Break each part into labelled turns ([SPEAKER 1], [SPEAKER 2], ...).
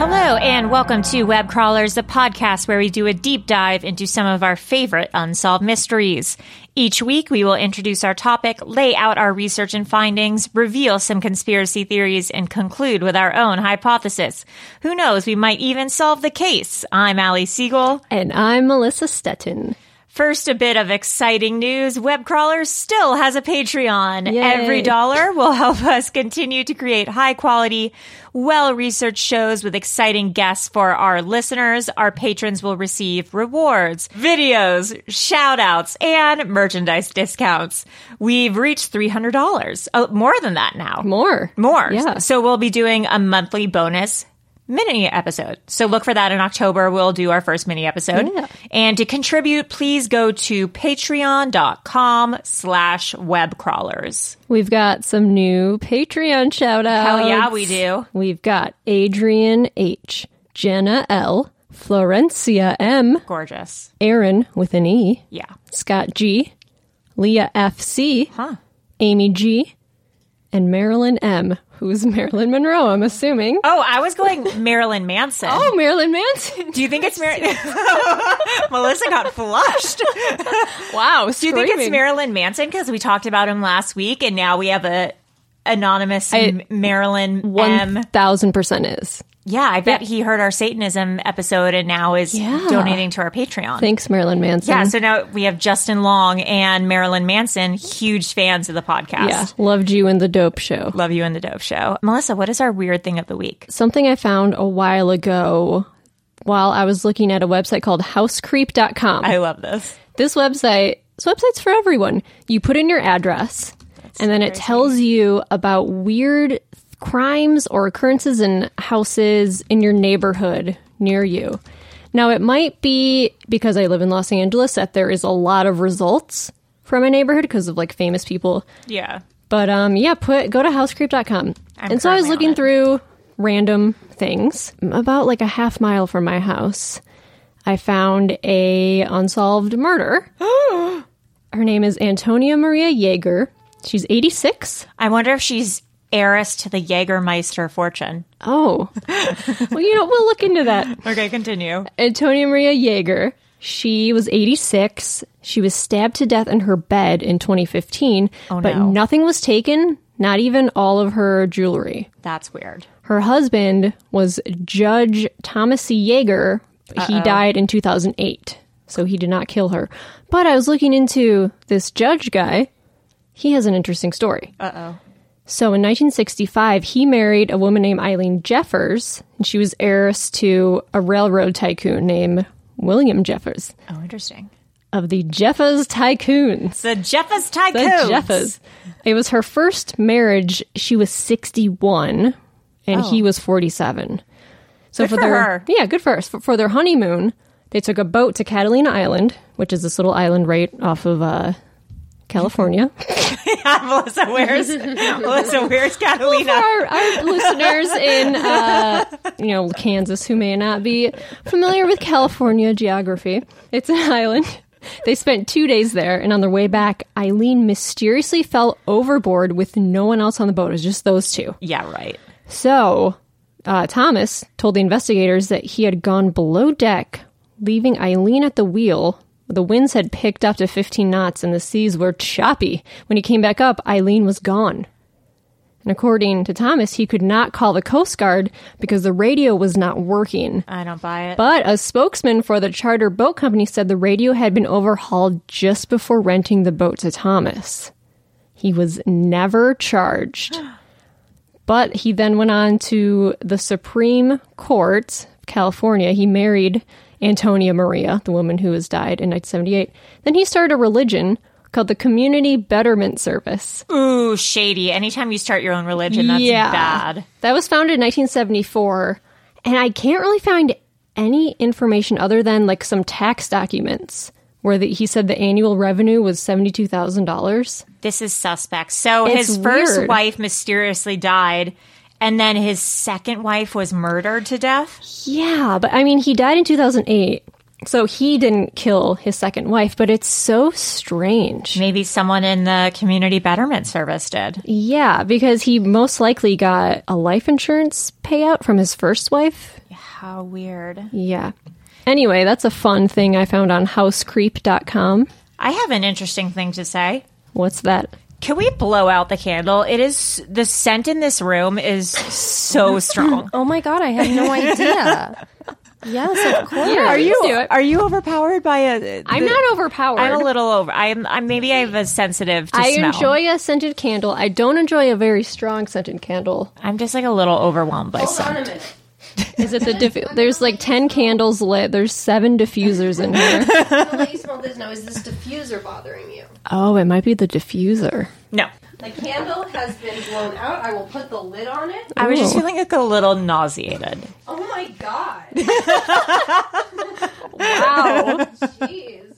[SPEAKER 1] Hello, and welcome to Web Crawlers, the podcast where we do a deep dive into some of our favorite unsolved mysteries. Each week, we will introduce our topic, lay out our research and findings, reveal some conspiracy theories, and conclude with our own hypothesis. Who knows, we might even solve the case. I'm Allie Siegel.
[SPEAKER 2] And I'm Melissa Stetton.
[SPEAKER 1] First, a bit of exciting news. Web Crawlers still has a Patreon.
[SPEAKER 2] Yay.
[SPEAKER 1] Every dollar will help us continue to create high quality, well researched shows with exciting guests for our listeners. Our patrons will receive rewards, videos, shout outs, and merchandise discounts. We've reached $300. Oh, more than that now.
[SPEAKER 2] More.
[SPEAKER 1] More.
[SPEAKER 2] Yeah.
[SPEAKER 1] So we'll be doing a monthly bonus mini episode. So look for that in October. We'll do our first mini episode.
[SPEAKER 2] Yeah.
[SPEAKER 1] And to contribute, please go to patreon.com slash webcrawlers.
[SPEAKER 2] We've got some new Patreon shout outs.
[SPEAKER 1] Hell yeah, we do.
[SPEAKER 2] We've got Adrian H, Jenna L, Florencia M,
[SPEAKER 1] Gorgeous.
[SPEAKER 2] Aaron with an E,
[SPEAKER 1] Yeah.
[SPEAKER 2] Scott G, Leah FC, Amy G, and Marilyn M, who's Marilyn Monroe, I'm assuming.
[SPEAKER 1] Oh, I was going Marilyn Manson.
[SPEAKER 2] Oh, Marilyn Manson.
[SPEAKER 1] Do you think it's Marilyn? Melissa got flushed.
[SPEAKER 2] Wow,
[SPEAKER 1] Do you think it's Marilyn Manson? Because we talked about him last week, and now we have a anonymous M- Marilyn M.
[SPEAKER 2] One thousand percent is.
[SPEAKER 1] Yeah, I bet he heard our Satanism episode and now is
[SPEAKER 2] Yeah.
[SPEAKER 1] donating to our Patreon.
[SPEAKER 2] Thanks, Marilyn Manson.
[SPEAKER 1] Yeah, so now we have Justin Long and Marilyn Manson, huge fans of the podcast.
[SPEAKER 2] yeah, loved you in the Dope Show.
[SPEAKER 1] Love you in the Dope Show. Melissa, what is our weird thing of the week?
[SPEAKER 2] something I found a while ago while I was looking at a website called housecreep.com.
[SPEAKER 1] I love this.
[SPEAKER 2] this website, this website's for everyone. You put in your address and then it tells you about weird crimes or occurrences in houses in your neighborhood near you. Now, it might be because I live in Los Angeles that there is a lot of results from a neighborhood because of like famous people.
[SPEAKER 1] Yeah.
[SPEAKER 2] But um, yeah, put go to housecreep.com.
[SPEAKER 1] I'm
[SPEAKER 2] and so I was
[SPEAKER 1] currently
[SPEAKER 2] looking
[SPEAKER 1] on it.
[SPEAKER 2] through random things. About like a half mile from my house, I found a unsolved murder. Her name is Antonia Maria Jaeger. She's 86.
[SPEAKER 1] I wonder if she's heiress to the Jägermeister fortune.
[SPEAKER 2] Oh. well, you know, we'll look into that.
[SPEAKER 1] Okay, continue.
[SPEAKER 2] Antonia Maria Jaeger. She was 86. She was stabbed to death in her bed in 2015, but
[SPEAKER 1] Oh, no.
[SPEAKER 2] nothing was taken, not even all of her jewelry.
[SPEAKER 1] That's weird.
[SPEAKER 2] Her husband was Judge Thomas C. Yeager. He died in 2008, so he did not kill her. But I was looking into this judge guy. He has an interesting story. Uh oh. So in 1965, he married a woman named Eileen Jeffers, and she was heiress to a railroad tycoon named William Jeffers.
[SPEAKER 1] Oh, interesting.
[SPEAKER 2] of the Jeffas Tycoons.
[SPEAKER 1] The
[SPEAKER 2] The
[SPEAKER 1] Jeffas Tycoon.
[SPEAKER 2] Jeffas. It was her first marriage. She was 61 and he was 47. So
[SPEAKER 1] Oh. Good for
[SPEAKER 2] their
[SPEAKER 1] her.
[SPEAKER 2] yeah, good for her. For, for their honeymoon, they took a boat to Catalina Island, which is this little island right off of uh, California.
[SPEAKER 1] Melissa, where's Melissa? Where's Catalina?
[SPEAKER 2] our, our listeners in uh, you know Kansas who may not be familiar with California geography. It's an island. They spent two days there, and on their way back, Eileen mysteriously fell overboard with no one else on the boat. It was just those two.
[SPEAKER 1] Yeah, right.
[SPEAKER 2] So uh, Thomas told the investigators that he had gone below deck, leaving Eileen at the wheel. The winds had picked up to 15 knots and the seas were choppy. When he came back up, Eileen was gone. And according to Thomas, he could not call the Coast Guard because the radio was not working.
[SPEAKER 1] I don't buy it.
[SPEAKER 2] But a spokesman for the charter boat company said the radio had been overhauled just before renting the boat to Thomas. He was never charged. But he then went on to the Supreme Court of California. He married Antonia Maria, the woman who has died in 1978. Then he started a religion called the Community Betterment Service.
[SPEAKER 1] Ooh, shady. Anytime you start your own religion, that's
[SPEAKER 2] Yeah.
[SPEAKER 1] bad.
[SPEAKER 2] That was founded in 1974, and I can't really find any information other than like some tax documents where the, he said the annual revenue was seventy-two thousand dollars.
[SPEAKER 1] This is suspect. So
[SPEAKER 2] It's
[SPEAKER 1] his first
[SPEAKER 2] weird.
[SPEAKER 1] wife mysteriously died, and then his second wife was murdered to death.
[SPEAKER 2] Yeah, but I mean, he died in two thousand eight, so he didn't kill his second wife. But it's so strange.
[SPEAKER 1] Maybe someone in the community betterment service did.
[SPEAKER 2] Yeah, because he most likely got a life insurance payout from his first wife.
[SPEAKER 1] How weird.
[SPEAKER 2] Yeah. Anyway, that's a fun thing I found on housecreep.com.
[SPEAKER 1] I have an interesting thing to say.
[SPEAKER 2] What's that?
[SPEAKER 1] Can we blow out the candle? It is the scent in this room is so strong.
[SPEAKER 3] Oh my god, I had no idea. yes, of course.
[SPEAKER 2] Are
[SPEAKER 1] Are you overpowered by a?
[SPEAKER 2] I'm not overpowered.
[SPEAKER 1] I'm a little over. I'm. I'm maybe I have a sensitive. To
[SPEAKER 2] I
[SPEAKER 1] smell.
[SPEAKER 2] enjoy a scented candle. I don't enjoy a very strong scented candle.
[SPEAKER 1] I'm just like a little overwhelmed by scent.
[SPEAKER 2] Is it the diffu- there's like ten candles lit. There's seven diffusers in here.
[SPEAKER 4] Now that you smell this now, is this diffuser bothering you?
[SPEAKER 2] oh, it might be the diffuser.
[SPEAKER 1] No,
[SPEAKER 4] The candle has been blown out. I will put the lid on it.
[SPEAKER 1] I was just feeling like a little nauseated.
[SPEAKER 4] Oh my god.
[SPEAKER 2] Wow.
[SPEAKER 4] Jeez.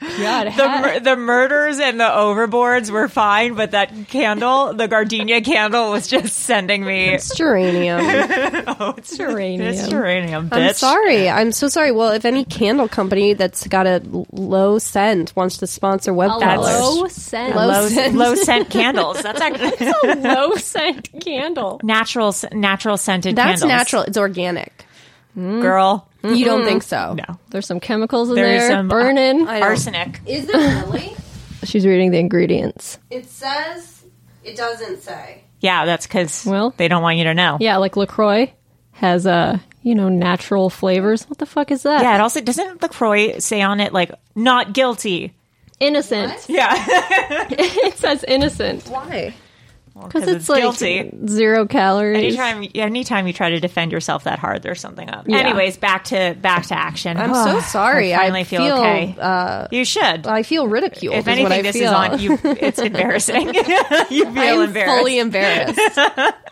[SPEAKER 2] God,
[SPEAKER 1] The mur- the murders and the overboards were fine, but that candle, the gardenia candle, was just sending me
[SPEAKER 3] It's geranium.
[SPEAKER 2] Mediterranean.
[SPEAKER 1] geranium. Bitch.
[SPEAKER 3] I'm sorry. I'm so sorry. Well, if any candle company that's got a l- low scent wants to sponsor web crawlers,
[SPEAKER 2] low scent.
[SPEAKER 3] Low
[SPEAKER 1] Low,
[SPEAKER 3] scent.
[SPEAKER 1] low scent candles. That's actually
[SPEAKER 2] low scent candle.
[SPEAKER 1] natural, s- natural scented.
[SPEAKER 3] that's
[SPEAKER 1] candles.
[SPEAKER 3] natural. Mm. It's organic.
[SPEAKER 1] girl.
[SPEAKER 3] You don't think so?
[SPEAKER 1] Mm-hmm. No.
[SPEAKER 2] There's some chemicals in
[SPEAKER 1] There's
[SPEAKER 2] there.
[SPEAKER 1] some- uh,
[SPEAKER 2] burning.
[SPEAKER 3] I don't-
[SPEAKER 1] Arsenic.
[SPEAKER 4] Is it really?
[SPEAKER 2] She's reading the ingredients.
[SPEAKER 4] It says it doesn't say.
[SPEAKER 1] Yeah, that's because
[SPEAKER 2] Well-
[SPEAKER 1] they don't want you to know.
[SPEAKER 2] Yeah, like Lacroix has uh, you know natural flavors. What the fuck is that?
[SPEAKER 1] Yeah, it also doesn't LaCroix say on it like not guilty.
[SPEAKER 2] Innocent.
[SPEAKER 1] Yeah.
[SPEAKER 2] It says innocent.
[SPEAKER 3] Why?
[SPEAKER 2] Because it's, like
[SPEAKER 1] guilty.
[SPEAKER 2] zero calories.
[SPEAKER 1] Anytime anytime you try to defend yourself that hard, there's something up. Anyways, back to back to action.
[SPEAKER 3] I'm so sorry.
[SPEAKER 1] I
[SPEAKER 3] I,
[SPEAKER 1] finally
[SPEAKER 3] feel.
[SPEAKER 1] feel okay.
[SPEAKER 3] Uh,
[SPEAKER 1] you should.
[SPEAKER 3] I feel ridiculed.
[SPEAKER 1] if
[SPEAKER 3] is what I
[SPEAKER 1] anything, this is
[SPEAKER 3] feel.
[SPEAKER 1] on you. It's embarrassing. you feel
[SPEAKER 3] I'm
[SPEAKER 1] embarrassed.
[SPEAKER 3] fully embarrassed.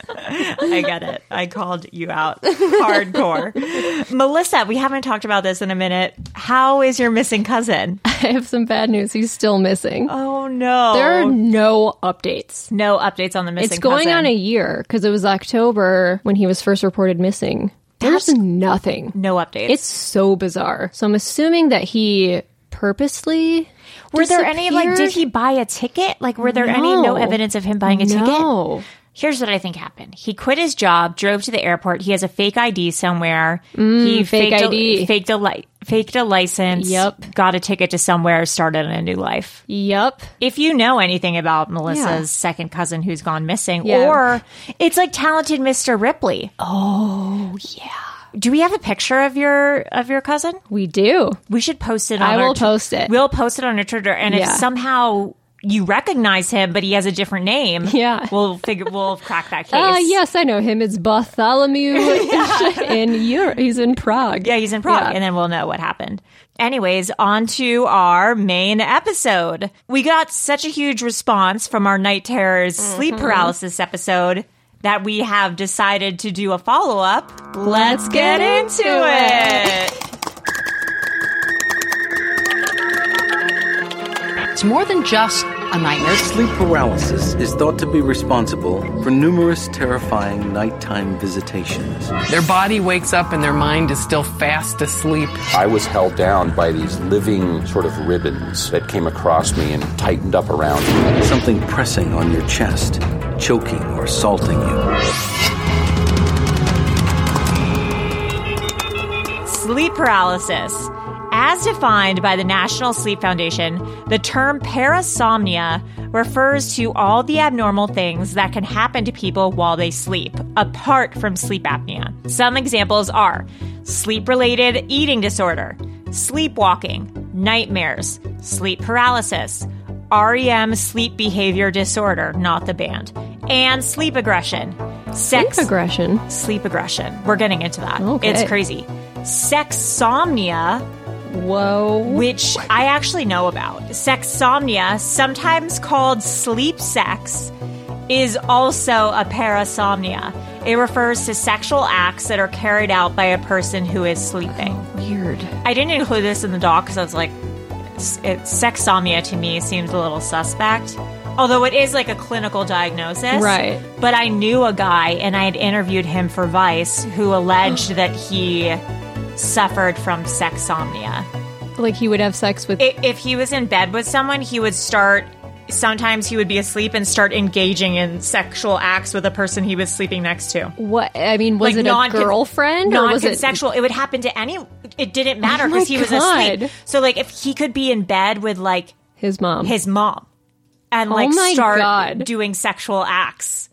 [SPEAKER 1] I get it. I called you out hardcore. Melissa, we haven't talked about this in a minute. How is your missing cousin?
[SPEAKER 2] I have some bad news. He's still missing.
[SPEAKER 1] Oh no.
[SPEAKER 2] there are no updates.
[SPEAKER 1] no updates on the missing
[SPEAKER 2] It's going
[SPEAKER 1] cousin.
[SPEAKER 2] on a year because it was October when he was first reported missing. There's nothing.
[SPEAKER 1] no updates.
[SPEAKER 2] It's so bizarre. So I'm assuming that he purposely.
[SPEAKER 1] Were there any like? Did he buy a ticket? Like, were there any no
[SPEAKER 2] No.
[SPEAKER 1] evidence of him buying a ticket?
[SPEAKER 2] No.
[SPEAKER 1] Here's what I think happened. He quit his job, drove to the airport. He has a fake ID somewhere. he
[SPEAKER 2] Mm, fake
[SPEAKER 1] faked A,
[SPEAKER 2] ID.
[SPEAKER 1] faked a li- faked a license.
[SPEAKER 2] Yep.
[SPEAKER 1] Got a ticket to somewhere. Started a new life.
[SPEAKER 2] Yep.
[SPEAKER 1] If you know anything about Melissa's
[SPEAKER 2] Yeah.
[SPEAKER 1] second cousin who's gone missing,
[SPEAKER 2] Yeah.
[SPEAKER 1] or it's like talented Mr. Ripley. Oh yeah. Do we have a picture of your of your cousin?
[SPEAKER 2] We do.
[SPEAKER 1] We should post it. on
[SPEAKER 2] I
[SPEAKER 1] our
[SPEAKER 2] will
[SPEAKER 1] tw-
[SPEAKER 2] post it.
[SPEAKER 1] We'll post it on our Twitter, and
[SPEAKER 2] Yeah.
[SPEAKER 1] if somehow you recognize him, but he has a different name.
[SPEAKER 2] Yeah.
[SPEAKER 1] we'll figure. We'll crack that case.
[SPEAKER 2] Ah, yes, I know him. It's Bartholomew in Europe. He's in Prague.
[SPEAKER 1] Yeah, he's in Prague, and then we'll know what happened. Anyways, on to our main episode. We got such a huge response from our Night Terrors sleep paralysis episode that we have decided to do a follow up. Let's get into it.
[SPEAKER 5] It's more than just a nightmare.
[SPEAKER 6] Sleep paralysis is thought to be responsible for numerous terrifying nighttime visitations.
[SPEAKER 5] Their body wakes up and their mind is still fast asleep.
[SPEAKER 7] I was held down by these living sort of ribbons that came across me and tightened up around me.
[SPEAKER 6] Something pressing on your chest, choking or assaulting you.
[SPEAKER 1] Sleep paralysis. As defined by the National Sleep Foundation, the term parasomnia refers to all the abnormal things that can happen to people while they sleep, apart from sleep apnea. Some examples are sleep related eating disorder, sleepwalking, nightmares, sleep paralysis, REM sleep behavior disorder, not the band, and sleep aggression. Sex
[SPEAKER 2] Sleep aggression.
[SPEAKER 1] sleep aggression. We're getting into that.
[SPEAKER 2] Okay.
[SPEAKER 1] It's crazy. Sexsomnia,
[SPEAKER 2] Whoa.
[SPEAKER 1] which I actually know about. Sexsomnia, sometimes called sleep sex, is also a parasomnia. It refers to sexual acts that are carried out by a person who is sleeping.
[SPEAKER 2] Weird.
[SPEAKER 1] I didn't include this in the doc because I was like, it's, it's sexsomnia to me seems a little suspect. Although it is like a clinical diagnosis.
[SPEAKER 2] Right.
[SPEAKER 1] But I knew a guy and I had interviewed him for Vice who alleged that he suffered from sexsomnia.
[SPEAKER 2] Like he would have sex with.
[SPEAKER 1] I- If he was in bed with someone, he would start. Sometimes he would be asleep and start engaging in sexual acts with a person he was sleeping next to.
[SPEAKER 2] what? I mean, was
[SPEAKER 1] Like
[SPEAKER 2] it a
[SPEAKER 1] non-con-
[SPEAKER 2] girlfriend or was it? Oh
[SPEAKER 1] non-consensual. It, would happen to any. It didn't matter
[SPEAKER 2] my
[SPEAKER 1] because he was
[SPEAKER 2] God.
[SPEAKER 1] asleep. So like, if he could be in bed with like
[SPEAKER 2] His mom.
[SPEAKER 1] his mom and like
[SPEAKER 2] Oh my
[SPEAKER 1] start
[SPEAKER 2] God.
[SPEAKER 1] doing sexual acts,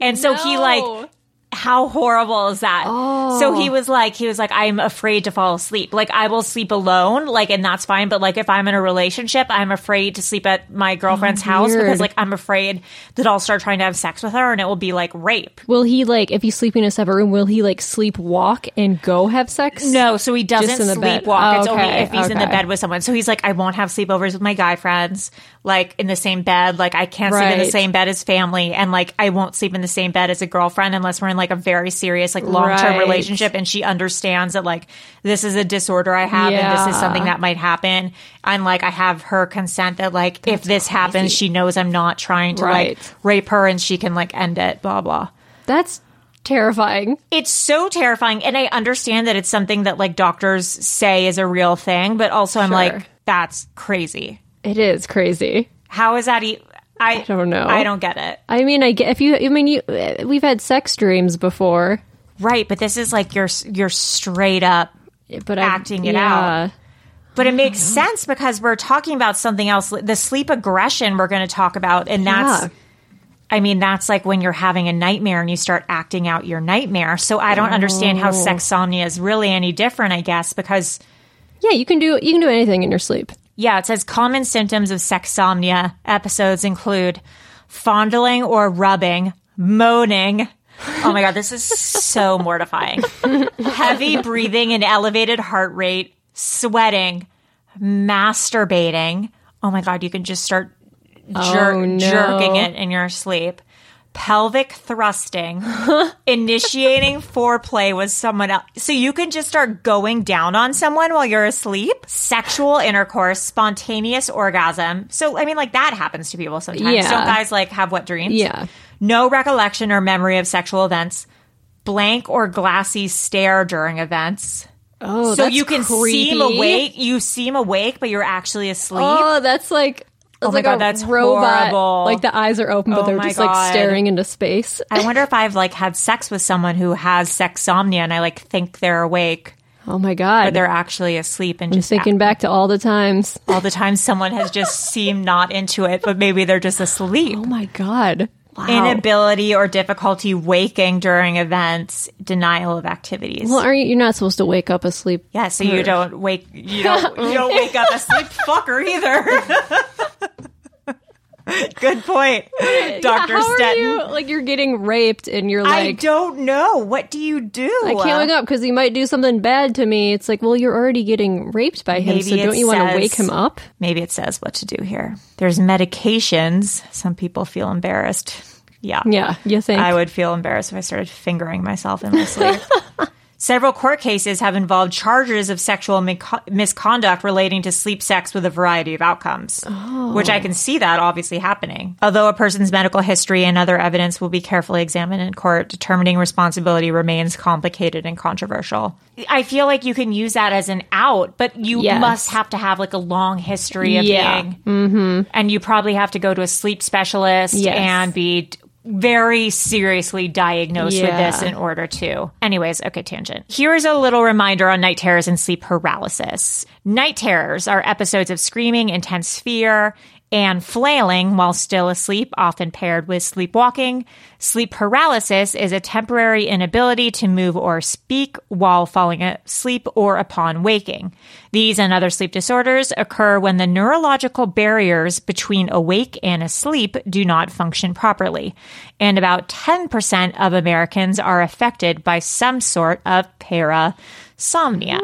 [SPEAKER 1] and so he
[SPEAKER 2] No.
[SPEAKER 1] like. How horrible is that? So
[SPEAKER 2] Oh.
[SPEAKER 1] he was like, he was like, I'm afraid to fall asleep. Like I will sleep alone, like, and that's fine. But like, if I'm in a relationship, I'm afraid to sleep at my girlfriend's house
[SPEAKER 2] Oh, weird.
[SPEAKER 1] because like I'm afraid that I'll start trying to have sex with her and it will be like rape.
[SPEAKER 2] Will he like if he's sleeping in a separate room? Will he like sleep walk and go have sex?
[SPEAKER 1] No, so he doesn't
[SPEAKER 2] Just in the bed. Oh,
[SPEAKER 1] sleepwalk. it's only
[SPEAKER 2] Okay,
[SPEAKER 1] if he's in the
[SPEAKER 2] okay.
[SPEAKER 1] bed with someone. So he's like, I won't have sleepovers with my guy friends, like in the same bed. Like I can't sleep in the
[SPEAKER 2] Right.
[SPEAKER 1] same bed as family, and like I won't sleep in the same bed as a girlfriend unless we're in like a very serious, like long term
[SPEAKER 2] Right.
[SPEAKER 1] relationship, and she understands that like this is a disorder I have, and this is
[SPEAKER 2] Yeah.
[SPEAKER 1] something that might happen, and like I have her consent that like if this happens, she knows I'm not trying to
[SPEAKER 2] Right.
[SPEAKER 1] like rape her, and she can like end it. Blah blah.
[SPEAKER 2] that's terrifying.
[SPEAKER 1] It's so terrifying. And I understand that it's something that like doctors say is a real thing, but also I'm
[SPEAKER 2] Sure.
[SPEAKER 1] like, that's crazy.
[SPEAKER 2] It is crazy.
[SPEAKER 1] How is that? E- I, I
[SPEAKER 2] don't know.
[SPEAKER 1] I don't get it.
[SPEAKER 2] I mean, I get if you. I mean, you. uh, We've had sex dreams before,
[SPEAKER 1] Right. But this is like you're, you're straight up.
[SPEAKER 2] but
[SPEAKER 1] Acting
[SPEAKER 2] I,
[SPEAKER 1] it
[SPEAKER 2] yeah.
[SPEAKER 1] But it makes sense because we're talking about something else. The sleep aggression we're going to talk about. And that's,
[SPEAKER 2] Yeah.
[SPEAKER 1] I mean, that's like when you're having a nightmare and you start acting out your nightmare. So I don't understand
[SPEAKER 2] Oh.
[SPEAKER 1] how sexsomnia is really any different, I guess, because
[SPEAKER 2] Yeah, you can do you can do anything in your sleep.
[SPEAKER 1] Yeah, it says common symptoms of sexsomnia episodes include fondling or rubbing, moaning. Oh my God, this is so mortifying. Heavy breathing and elevated heart rate, sweating, masturbating. Oh my God, you can just start jer-
[SPEAKER 2] Oh, no.
[SPEAKER 1] jerking it in your sleep. Pelvic thrusting, initiating foreplay with someone else. So you can just start going down on someone while you're asleep. Sexual intercourse, spontaneous orgasm. So, I mean, like that happens to people sometimes.
[SPEAKER 2] Yeah.
[SPEAKER 1] Don't guys like have wet dreams?
[SPEAKER 2] Yeah.
[SPEAKER 1] No recollection or memory of sexual events. Blank or glassy stare during events.
[SPEAKER 2] Oh,
[SPEAKER 1] so
[SPEAKER 2] that's
[SPEAKER 1] you can
[SPEAKER 2] creepy.
[SPEAKER 1] seem awake. You seem awake, but you're actually asleep.
[SPEAKER 2] Oh, that's like. That's
[SPEAKER 1] Oh my
[SPEAKER 2] like
[SPEAKER 1] God,
[SPEAKER 2] a
[SPEAKER 1] that's
[SPEAKER 2] robot.
[SPEAKER 1] horrible.
[SPEAKER 2] Like the eyes are open, but
[SPEAKER 1] Oh
[SPEAKER 2] they're
[SPEAKER 1] my
[SPEAKER 2] just
[SPEAKER 1] God.
[SPEAKER 2] like staring into space.
[SPEAKER 1] I wonder if I've like had sex with someone who has sexsomnia and I like think they're awake,
[SPEAKER 2] Oh my
[SPEAKER 1] but
[SPEAKER 2] god!
[SPEAKER 1] they're actually asleep and just
[SPEAKER 2] Thinking back to all the times.
[SPEAKER 1] all the time someone has just seemed not into it, but maybe they're just asleep.
[SPEAKER 2] Oh my god! Wow.
[SPEAKER 1] Inability or difficulty waking during events, denial of activities.
[SPEAKER 2] well, aren't you? You're not supposed to wake up asleep.
[SPEAKER 1] yeah, so you don't wake you don't you don't wake up asleep fucker either. Good point, Doctor
[SPEAKER 2] How are
[SPEAKER 1] Stetton.
[SPEAKER 2] you? Like you're getting raped, and you're like,
[SPEAKER 1] I don't know. What do you do? Uh,
[SPEAKER 2] I can't wake up because he might do something bad to me. It's like, well, you're already getting raped by him,
[SPEAKER 1] Maybe
[SPEAKER 2] so
[SPEAKER 1] it
[SPEAKER 2] don't you want
[SPEAKER 1] says-
[SPEAKER 2] to wake him up?
[SPEAKER 1] Maybe it says what to do here. There's medications. Some people feel embarrassed. Yeah.
[SPEAKER 2] Yeah, you think?
[SPEAKER 1] I would feel embarrassed if I started fingering myself in my sleep. Several court cases have involved charges of sexual mico- misconduct relating to sleep sex with a variety of outcomes,
[SPEAKER 2] Oh.
[SPEAKER 1] which I can see that obviously happening. Although a person's medical history and other evidence will be carefully examined in court, determining responsibility remains complicated and controversial. I feel like you can use that as an out, but you
[SPEAKER 2] Yes.
[SPEAKER 1] must have to have like a long history of
[SPEAKER 2] Yeah. Mm-hmm.
[SPEAKER 1] being and you probably have to go to a sleep specialist
[SPEAKER 2] Yes.
[SPEAKER 1] and be d- very seriously diagnosed with
[SPEAKER 2] Yeah.
[SPEAKER 1] this in order to. Anyways, okay, tangent. Here's a little reminder on night terrors and sleep paralysis. Night terrors are episodes of screaming, intense fear, and flailing while still asleep, often paired with sleepwalking. Sleep paralysis is a temporary inability to move or speak while falling asleep or upon waking. These and other sleep disorders occur when the neurological barriers between awake and asleep do not function properly. And about 10% of Americans are affected by some sort of parasomnia.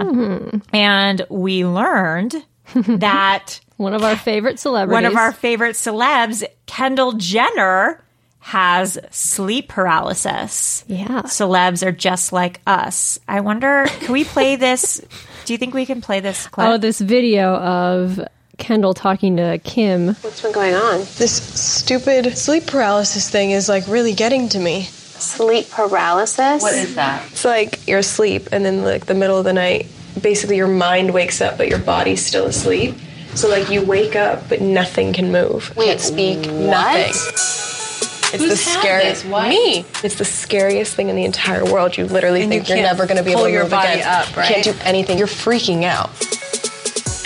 [SPEAKER 1] And we learned that
[SPEAKER 2] One of our favorite celebrities.
[SPEAKER 1] one of our favorite celebs, Kendall Jenner, has sleep paralysis.
[SPEAKER 2] Yeah.
[SPEAKER 1] Celebs are just like us. I wonder, can we play this? Do you think we can play this clip?
[SPEAKER 2] Oh, this video of Kendall talking to Kim.
[SPEAKER 8] What's been going on? This stupid sleep paralysis thing is like really getting to me. Sleep paralysis?
[SPEAKER 9] What is that?
[SPEAKER 8] It's like you're asleep and then like the middle of the night, basically your mind wakes up but your body's still asleep. So like you wake up but nothing can move. We can't speak nothing. It's the
[SPEAKER 9] Who's had
[SPEAKER 8] scariest
[SPEAKER 9] this? What?
[SPEAKER 8] me. It's the scariest thing in the entire world. You literally
[SPEAKER 9] And
[SPEAKER 8] think
[SPEAKER 9] you
[SPEAKER 8] you are
[SPEAKER 9] can't
[SPEAKER 8] never going to be
[SPEAKER 9] pull
[SPEAKER 8] able to
[SPEAKER 9] your
[SPEAKER 8] move
[SPEAKER 9] body
[SPEAKER 8] again.
[SPEAKER 9] up, right?
[SPEAKER 8] You can't do anything. You're freaking out.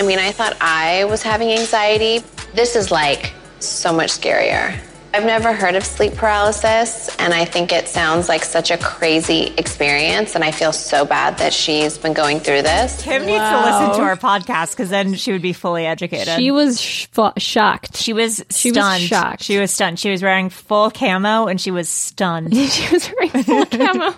[SPEAKER 10] I mean, I thought I was having anxiety. This is like so much scarier. I've never heard of sleep paralysis, and I think it sounds like such a crazy experience, and I feel so bad that she's been going through this.
[SPEAKER 1] Kim needs to listen to our podcast because then she would be fully educated.
[SPEAKER 2] She was sh- fo- shocked.
[SPEAKER 1] She was
[SPEAKER 2] She was
[SPEAKER 1] stunned.
[SPEAKER 2] shocked.
[SPEAKER 1] She was stunned. She was wearing full camo and she was stunned.
[SPEAKER 2] she was wearing full camo.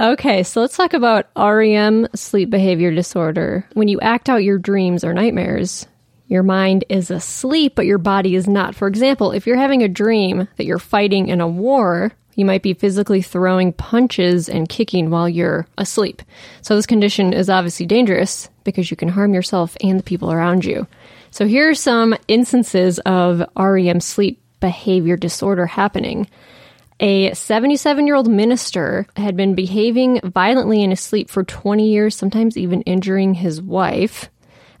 [SPEAKER 2] Okay, so let's talk about REM sleep behavior disorder. When you act out your dreams or nightmares, your mind is asleep, but your body is not. For example, if you're having a dream that you're fighting in a war, you might be physically throwing punches and kicking while you're asleep. So, this condition is obviously dangerous because you can harm yourself and the people around you. So, here are some instances of REM sleep behavior disorder happening. A 77 year old minister had been behaving violently in his sleep for 20 years, sometimes even injuring his wife.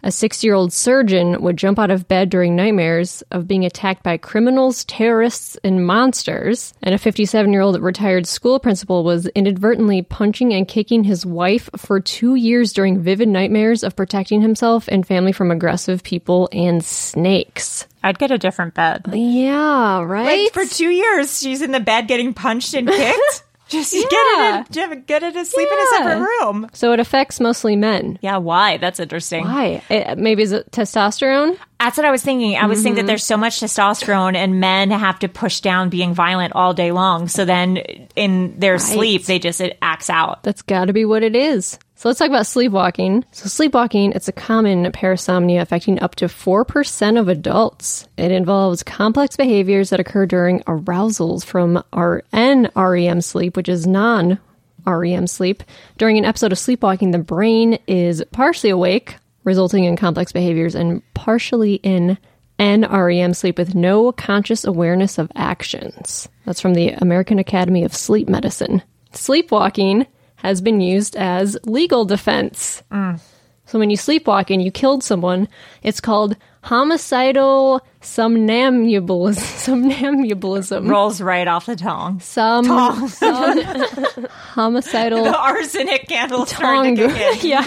[SPEAKER 2] A 60 year old surgeon would jump out of bed during nightmares of being attacked by criminals, terrorists, and monsters. And a 57 year old retired school principal was inadvertently punching and kicking his wife for two years during vivid nightmares of protecting himself and family from aggressive people and snakes.
[SPEAKER 1] I'd get a different bed.
[SPEAKER 2] Yeah, right?
[SPEAKER 1] Like for two years, she's in the bed getting punched and kicked. Just get it, in, get it to sleep in a separate room.
[SPEAKER 2] So it affects mostly men.
[SPEAKER 1] Yeah, why? That's interesting.
[SPEAKER 2] Why? It, maybe is it testosterone?
[SPEAKER 1] That's what I was thinking. I was thinking
[SPEAKER 2] Mm-hmm.
[SPEAKER 1] that there's so much testosterone, and men have to push down being violent all day long. So then, in their sleep, they just it acts out.
[SPEAKER 2] That's got to be what it is. So let's talk about sleepwalking. So sleepwalking, it's a common parasomnia affecting up to 4% of adults. It involves complex behaviors that occur during arousals from RN REM E sleep, which is non REM sleep. During an episode of sleepwalking, the brain is partially awake, resulting in complex behaviors, and partially in NREM sleep with no conscious awareness of actions. That's from the American Academy of Sleep Medicine. Sleepwalking has been used as legal defense. So when you sleepwalk and you killed someone, it's called homicidal somnambulism. Somnambulism.
[SPEAKER 1] Rolls right off the tongue.
[SPEAKER 2] Some,
[SPEAKER 1] Tongue.
[SPEAKER 2] some homicidal
[SPEAKER 1] The arsenic candle started
[SPEAKER 2] tongue.
[SPEAKER 1] to kick in.
[SPEAKER 2] yeah.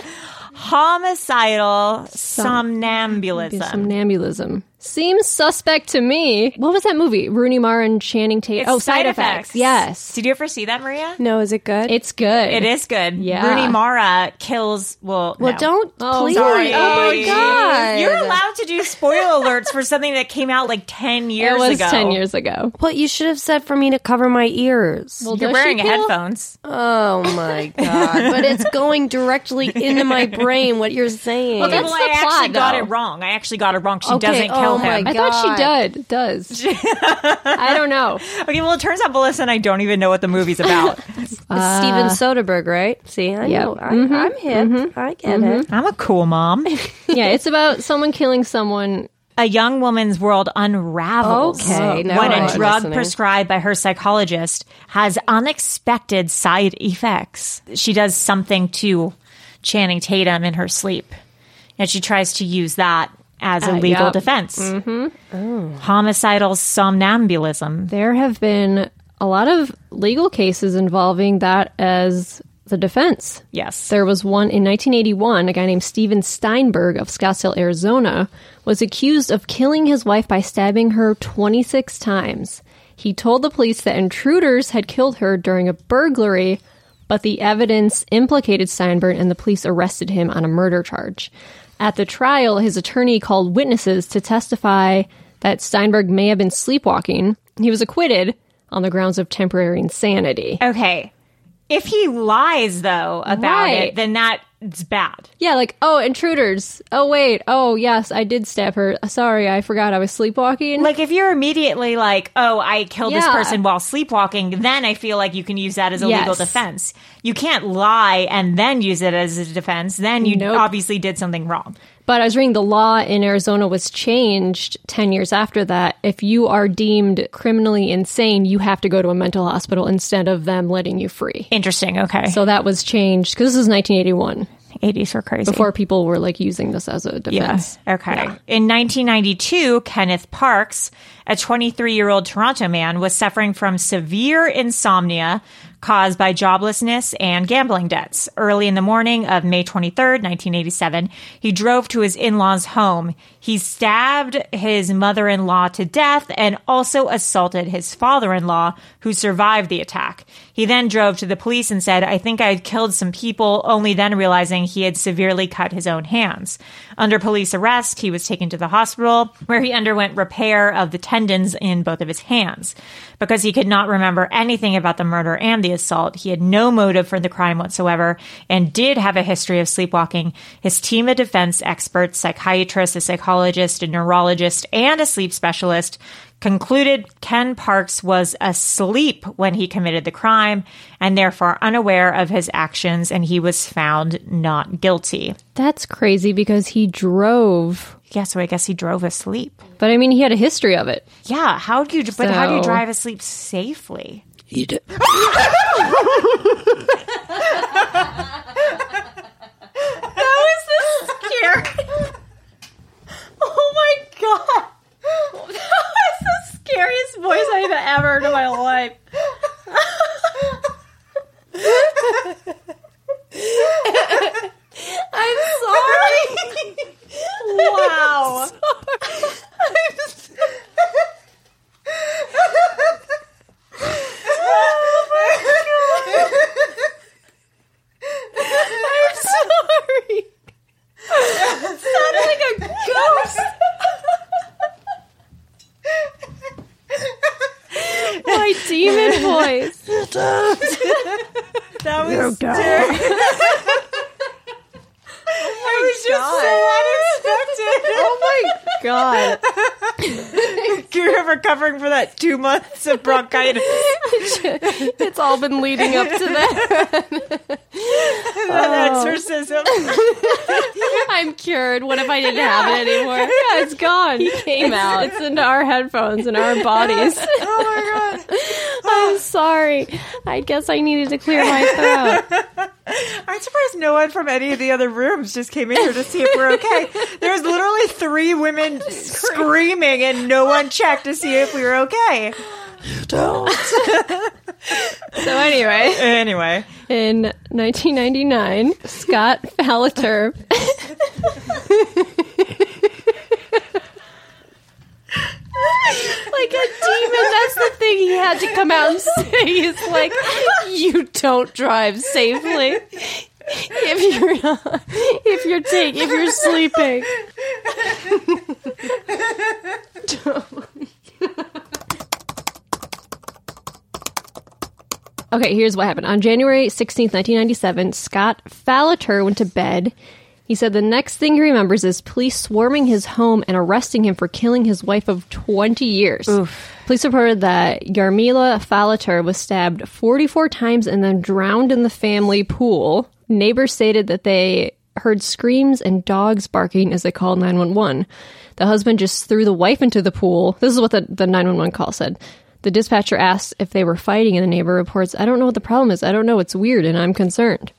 [SPEAKER 1] Homicidal somnambulism.
[SPEAKER 2] Somnambulism. Seems suspect to me. What was that movie? Rooney Mara and Channing Tatum.
[SPEAKER 1] It's
[SPEAKER 2] Oh, Side Effects. Yes.
[SPEAKER 1] Did you ever see that, Maria?
[SPEAKER 2] No, is it good? It's good.
[SPEAKER 1] It is good.
[SPEAKER 2] Yeah.
[SPEAKER 1] Rooney Mara kills. Well,
[SPEAKER 2] Well,
[SPEAKER 1] no.
[SPEAKER 2] don't-
[SPEAKER 1] Oh,
[SPEAKER 2] please.
[SPEAKER 1] sorry.
[SPEAKER 2] Oh, my God.
[SPEAKER 1] You're allowed to do spoiler alerts for something that came out like ten years
[SPEAKER 2] was
[SPEAKER 1] ago.
[SPEAKER 2] 10 years ago.
[SPEAKER 3] What you should have said for me to cover my ears.
[SPEAKER 1] Well, You're does wearing she feel- headphones.
[SPEAKER 3] Oh my god! but it's going directly into my brain. What you're saying?
[SPEAKER 1] Okay, well, I actually got it wrong. I actually got it wrong. She
[SPEAKER 3] Okay,
[SPEAKER 1] doesn't
[SPEAKER 3] oh
[SPEAKER 1] kill
[SPEAKER 3] my
[SPEAKER 1] him.
[SPEAKER 3] I thought she God.
[SPEAKER 2] did. Does. I don't know.
[SPEAKER 1] Okay, well, it turns out Melissa and I don't even know what the movie's about.
[SPEAKER 3] It's Steven Soderbergh, right? See, I
[SPEAKER 2] Yep.
[SPEAKER 3] know. I,
[SPEAKER 2] Mhm.
[SPEAKER 3] I'm hip. I get it.
[SPEAKER 1] I'm a cool mom.
[SPEAKER 2] yeah, it's about someone killing someone.
[SPEAKER 1] A young woman's world unravels
[SPEAKER 2] Okay, now
[SPEAKER 1] when a
[SPEAKER 2] I'm
[SPEAKER 1] drug
[SPEAKER 2] listening.
[SPEAKER 1] prescribed by her psychologist has unexpected side effects. She does something to Channing Tatum in her sleep, and she tries to use that as
[SPEAKER 2] Uh,
[SPEAKER 1] a
[SPEAKER 2] Mm-hmm. Oh.
[SPEAKER 1] legal
[SPEAKER 2] yep.
[SPEAKER 1] defense. Homicidal somnambulism.
[SPEAKER 2] There have been a lot of legal cases involving that as the defense.
[SPEAKER 1] Yes.
[SPEAKER 2] There was one in 1981, a guy named Steven Steinberg of Scottsdale, Arizona, was accused of killing his wife by stabbing her 26 times. He told the police that intruders had killed her during a burglary, but the evidence implicated Steinberg and the police arrested him on a murder charge. At the trial, his attorney called witnesses to testify that Steinberg may have been sleepwalking. He was acquitted on the grounds of temporary insanity.
[SPEAKER 1] Okay. If he lies though about
[SPEAKER 2] Right.
[SPEAKER 1] it, then that's bad.
[SPEAKER 2] Yeah, like, oh, intruders. Oh, wait. Oh, yes, I did stab her. Sorry, I forgot I was sleepwalking.
[SPEAKER 1] Like if you're immediately like, "Oh, I killed this
[SPEAKER 2] Yeah.
[SPEAKER 1] person while sleepwalking," then I feel like you can use that as a legal
[SPEAKER 2] Yes.
[SPEAKER 1] defense. You can't lie and then use it as a defense. Then you
[SPEAKER 2] Nope.
[SPEAKER 1] obviously did something wrong.
[SPEAKER 2] But I was reading the law in Arizona was changed 10 years after that. If you are deemed criminally insane, you have to go to a mental hospital instead of them letting you free.
[SPEAKER 1] Interesting. Okay.
[SPEAKER 2] So that was changed because this was 1981.
[SPEAKER 1] 80s were crazy.
[SPEAKER 2] Before people were like using this as a defense.
[SPEAKER 1] Yeah. Okay. In 1992, Kenneth Parks, a 23 year old Toronto man, was suffering from severe insomnia caused by joblessness and gambling debts. Early in the morning of May 23rd, 1987, he drove to his in law's home. He stabbed his mother in law to death and also assaulted his father in law, who survived the attack. He then drove to the police and said, I think I had killed some people, only then realizing he had severely cut his own hands. Under police arrest, he was taken to the hospital where he underwent repair of the tendons in both of his hands. Because he could not remember anything about the murder and the assault, he had no motive for the crime whatsoever and did have a history of sleepwalking. His team of defense experts, psychiatrists, a psychologist, a neurologist, and a sleep specialist concluded Ken Parks was asleep when he committed the crime and therefore unaware of his actions, and he was found not guilty.
[SPEAKER 2] That's crazy because he drove.
[SPEAKER 1] Yeah, so I guess he drove asleep.
[SPEAKER 2] But I mean, he had a history of it.
[SPEAKER 1] Yeah, how do you? But how do you
[SPEAKER 2] So-
[SPEAKER 1] drive asleep safely?
[SPEAKER 2] He did.
[SPEAKER 1] How is this scary? oh my god! That was the scariest voice I've ever heard in my life.
[SPEAKER 4] I'm sorry. wow.
[SPEAKER 1] I'm sorry. Sounded like a ghost.
[SPEAKER 2] My demon voice.
[SPEAKER 1] That was
[SPEAKER 2] Oh, God.
[SPEAKER 1] scary. I was just so unexpected. Oh my
[SPEAKER 3] God.
[SPEAKER 1] You're recovering from that two months of bronchitis.
[SPEAKER 2] it's all been leading up to that.
[SPEAKER 1] That exorcism.
[SPEAKER 2] I'm cured. What if I didn't have it anymore? Yeah, it's gone. He came out. It's into our headphones and our bodies.
[SPEAKER 1] Oh my god.
[SPEAKER 2] I'm sorry. I guess I needed to clear my throat.
[SPEAKER 1] I'm surprised no one from any of the other rooms just came in here to see if we're okay. There was literally three women screaming and no one checked to see if we were okay.
[SPEAKER 2] So anyway,
[SPEAKER 1] Anyway.
[SPEAKER 2] in 1999, Scott Falater
[SPEAKER 3] like a demon. That's the thing he had to come out and say. Is like, you don't drive safely if you're not, if you're take if you're sleeping.
[SPEAKER 2] Okay, here's what happened. On January 16th, 1997, Scott Fallater went to bed. He said the next thing he remembers is police swarming his home and arresting him for killing his wife of 20 years. Police reported that Yarmila Fallater was stabbed 44 times and then drowned in the family pool. Neighbors stated that they heard screams and dogs barking as they called 911. The husband just threw the wife into the pool. This is what the, the 911 call said. The dispatcher asked if they were fighting, and the neighbor reports, I don't know what the problem is. I don't know. It's weird, and I'm concerned.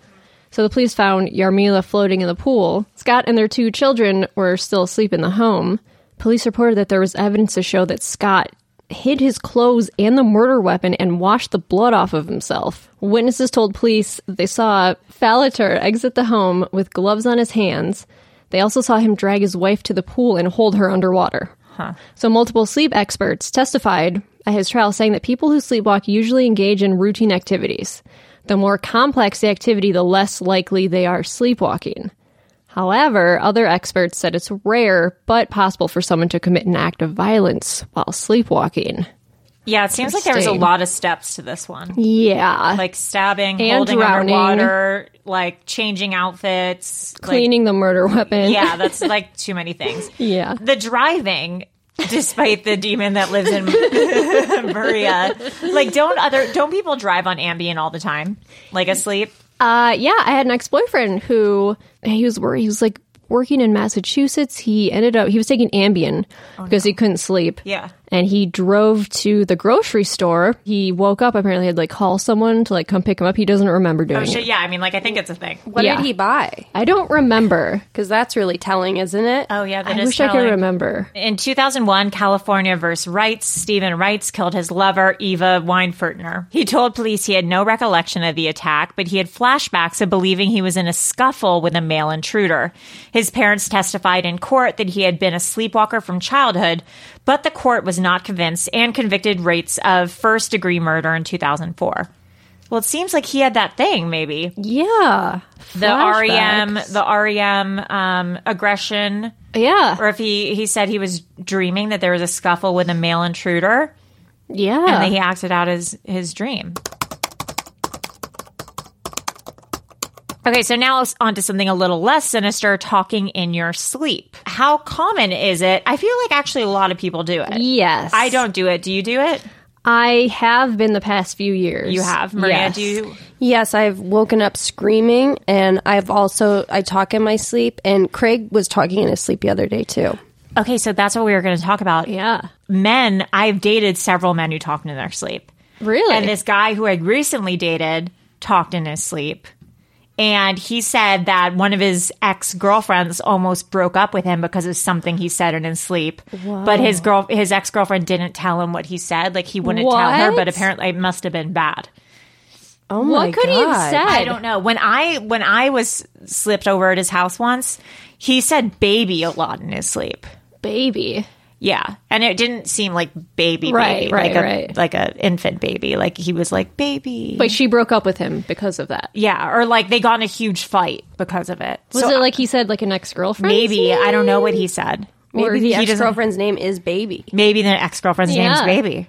[SPEAKER 2] So the police found Yarmila floating in the pool. Scott and their two children were still asleep in the home. Police reported that there was evidence to show that Scott hid his clothes and the murder weapon and washed the blood off of himself. Witnesses told police that they saw Fallater exit the home with gloves on his hands. They also saw him drag his wife to the pool and hold her underwater. So, multiple sleep experts testified at his trial saying that people who sleepwalk usually engage in routine activities. The more complex the activity, the less likely they are sleepwalking. However, other experts said it's rare but possible for someone to commit an act of violence while sleepwalking.
[SPEAKER 1] Yeah, it seems like there was a
[SPEAKER 2] Interesting.
[SPEAKER 1] lot of steps to this one.
[SPEAKER 2] Yeah.
[SPEAKER 1] Like stabbing,
[SPEAKER 2] And
[SPEAKER 1] holding
[SPEAKER 2] drowning.
[SPEAKER 1] underwater, like changing outfits, like-
[SPEAKER 2] Cleaning the murder weapon.
[SPEAKER 1] yeah, that's like too many things.
[SPEAKER 2] yeah.
[SPEAKER 1] The driving, despite the demon that lives in Maria, like don't other don't people drive on Ambien all the time, like asleep?
[SPEAKER 2] Uh, yeah, I had an ex boyfriend who he was worried. He was like working in Massachusetts. He ended up he was taking Ambien because he couldn't sleep.
[SPEAKER 1] Oh, Yeah.
[SPEAKER 2] and he drove to the grocery store. He woke up apparently had to, like call someone to like come pick him up. He doesn't remember doing
[SPEAKER 1] Oh
[SPEAKER 2] it.
[SPEAKER 1] shit! Yeah, I mean, like I think it's a thing.
[SPEAKER 2] What did Yeah. he
[SPEAKER 3] buy?
[SPEAKER 2] I don't remember.
[SPEAKER 3] Because that's really telling, isn't it?
[SPEAKER 9] Uh,
[SPEAKER 1] Oh yeah, that
[SPEAKER 2] I
[SPEAKER 1] is
[SPEAKER 2] wish I could
[SPEAKER 1] telling.
[SPEAKER 2] remember.
[SPEAKER 1] In 2001, California versus Wrights, Stephen Wrights killed his lover, Eva Weinfurtner. He told police he had no recollection of the attack, but he had flashbacks of believing he was in a scuffle with a male intruder. His parents testified in court that he had been a sleepwalker from childhood, but the court was not convinced and convicted Wrights of first degree murder in 2004. Well, it seems like he had that thing, maybe.
[SPEAKER 2] Yeah.
[SPEAKER 1] The E REM, the REM um, aggression.
[SPEAKER 2] Yeah.
[SPEAKER 1] Or if he he said he was dreaming that there was a scuffle with a male intruder.
[SPEAKER 2] Yeah.
[SPEAKER 1] And then he acted out his his dream. Okay, so now it's on to something a little less sinister, talking in your sleep. How common is it? I feel like actually a lot of people do it.
[SPEAKER 2] Yes.
[SPEAKER 1] I don't do it. Do you do it?
[SPEAKER 2] I have been the past few years.
[SPEAKER 1] You have. Maria,
[SPEAKER 2] Yes.
[SPEAKER 1] do you
[SPEAKER 3] Yes, I've woken up screaming, and I've also I talk in my sleep. And Craig was talking in his sleep the other day too.
[SPEAKER 1] Okay, so that's what we were going to talk about.
[SPEAKER 2] Yeah.
[SPEAKER 1] Men, I've dated several men who talked in their sleep.
[SPEAKER 2] Really?
[SPEAKER 1] And this guy who I recently dated talked in his sleep. And he said that one of his ex girlfriends almost broke up with him because of something he said in his sleep.
[SPEAKER 2] Whoa.
[SPEAKER 1] But his girl, his ex girlfriend didn't tell him what he said. Like he wouldn't tell her, but
[SPEAKER 2] What?
[SPEAKER 1] apparently it must have been bad.
[SPEAKER 3] Oh
[SPEAKER 2] What could he have said?
[SPEAKER 1] I don't know. When I when I was slipped over at his house once, he said "baby" a lot in his sleep.
[SPEAKER 2] Baby.
[SPEAKER 1] Yeah, and it didn't seem like baby,
[SPEAKER 2] Right,
[SPEAKER 1] baby,
[SPEAKER 2] right,
[SPEAKER 1] like
[SPEAKER 2] right.
[SPEAKER 1] a like a infant baby. Like he was like baby,
[SPEAKER 2] But she broke up with him because of that.
[SPEAKER 1] yeah, or like they got in a huge fight because of it.
[SPEAKER 2] Was
[SPEAKER 1] So
[SPEAKER 2] it like he said like an ex girlfriend?
[SPEAKER 1] maybe I don't know what he said.
[SPEAKER 3] Maybe the
[SPEAKER 1] he
[SPEAKER 3] ex
[SPEAKER 1] doesn't-
[SPEAKER 3] girlfriend's name is Baby.
[SPEAKER 1] Maybe the ex girlfriend's
[SPEAKER 2] Yeah.
[SPEAKER 1] name's baby.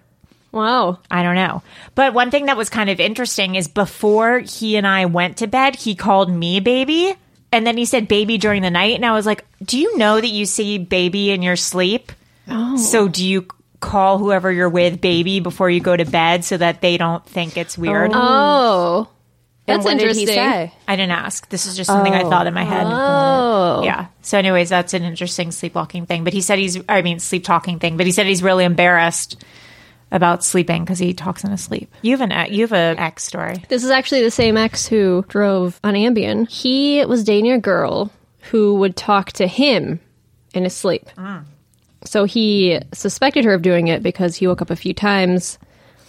[SPEAKER 2] Wow.
[SPEAKER 1] I don't know. But one thing that was kind of interesting is before he and I went to bed, he called me baby. And then he said baby during the night. And I was like, Do you know that you see baby in your sleep?
[SPEAKER 2] Oh.
[SPEAKER 1] So do you call whoever you're with baby before you go to bed so that they don't think it's weird?
[SPEAKER 2] Oh.
[SPEAKER 3] Hmm. And
[SPEAKER 2] That's
[SPEAKER 3] what did he
[SPEAKER 2] interesting.
[SPEAKER 3] say?
[SPEAKER 1] I didn't ask. This is just something I thought in my head.
[SPEAKER 2] Oh.
[SPEAKER 1] Yeah. So, anyways, that's an interesting sleepwalking thing. But he said he's, I mean, sleep talking thing. But he said he's really embarrassed about sleeping because he talks in his sleep. You have an, e- you have an ex story.
[SPEAKER 2] This is actually the same ex who drove on Ambien. He was dating a girl who would talk to him in his sleep. So he suspected her of doing it because he woke up a few times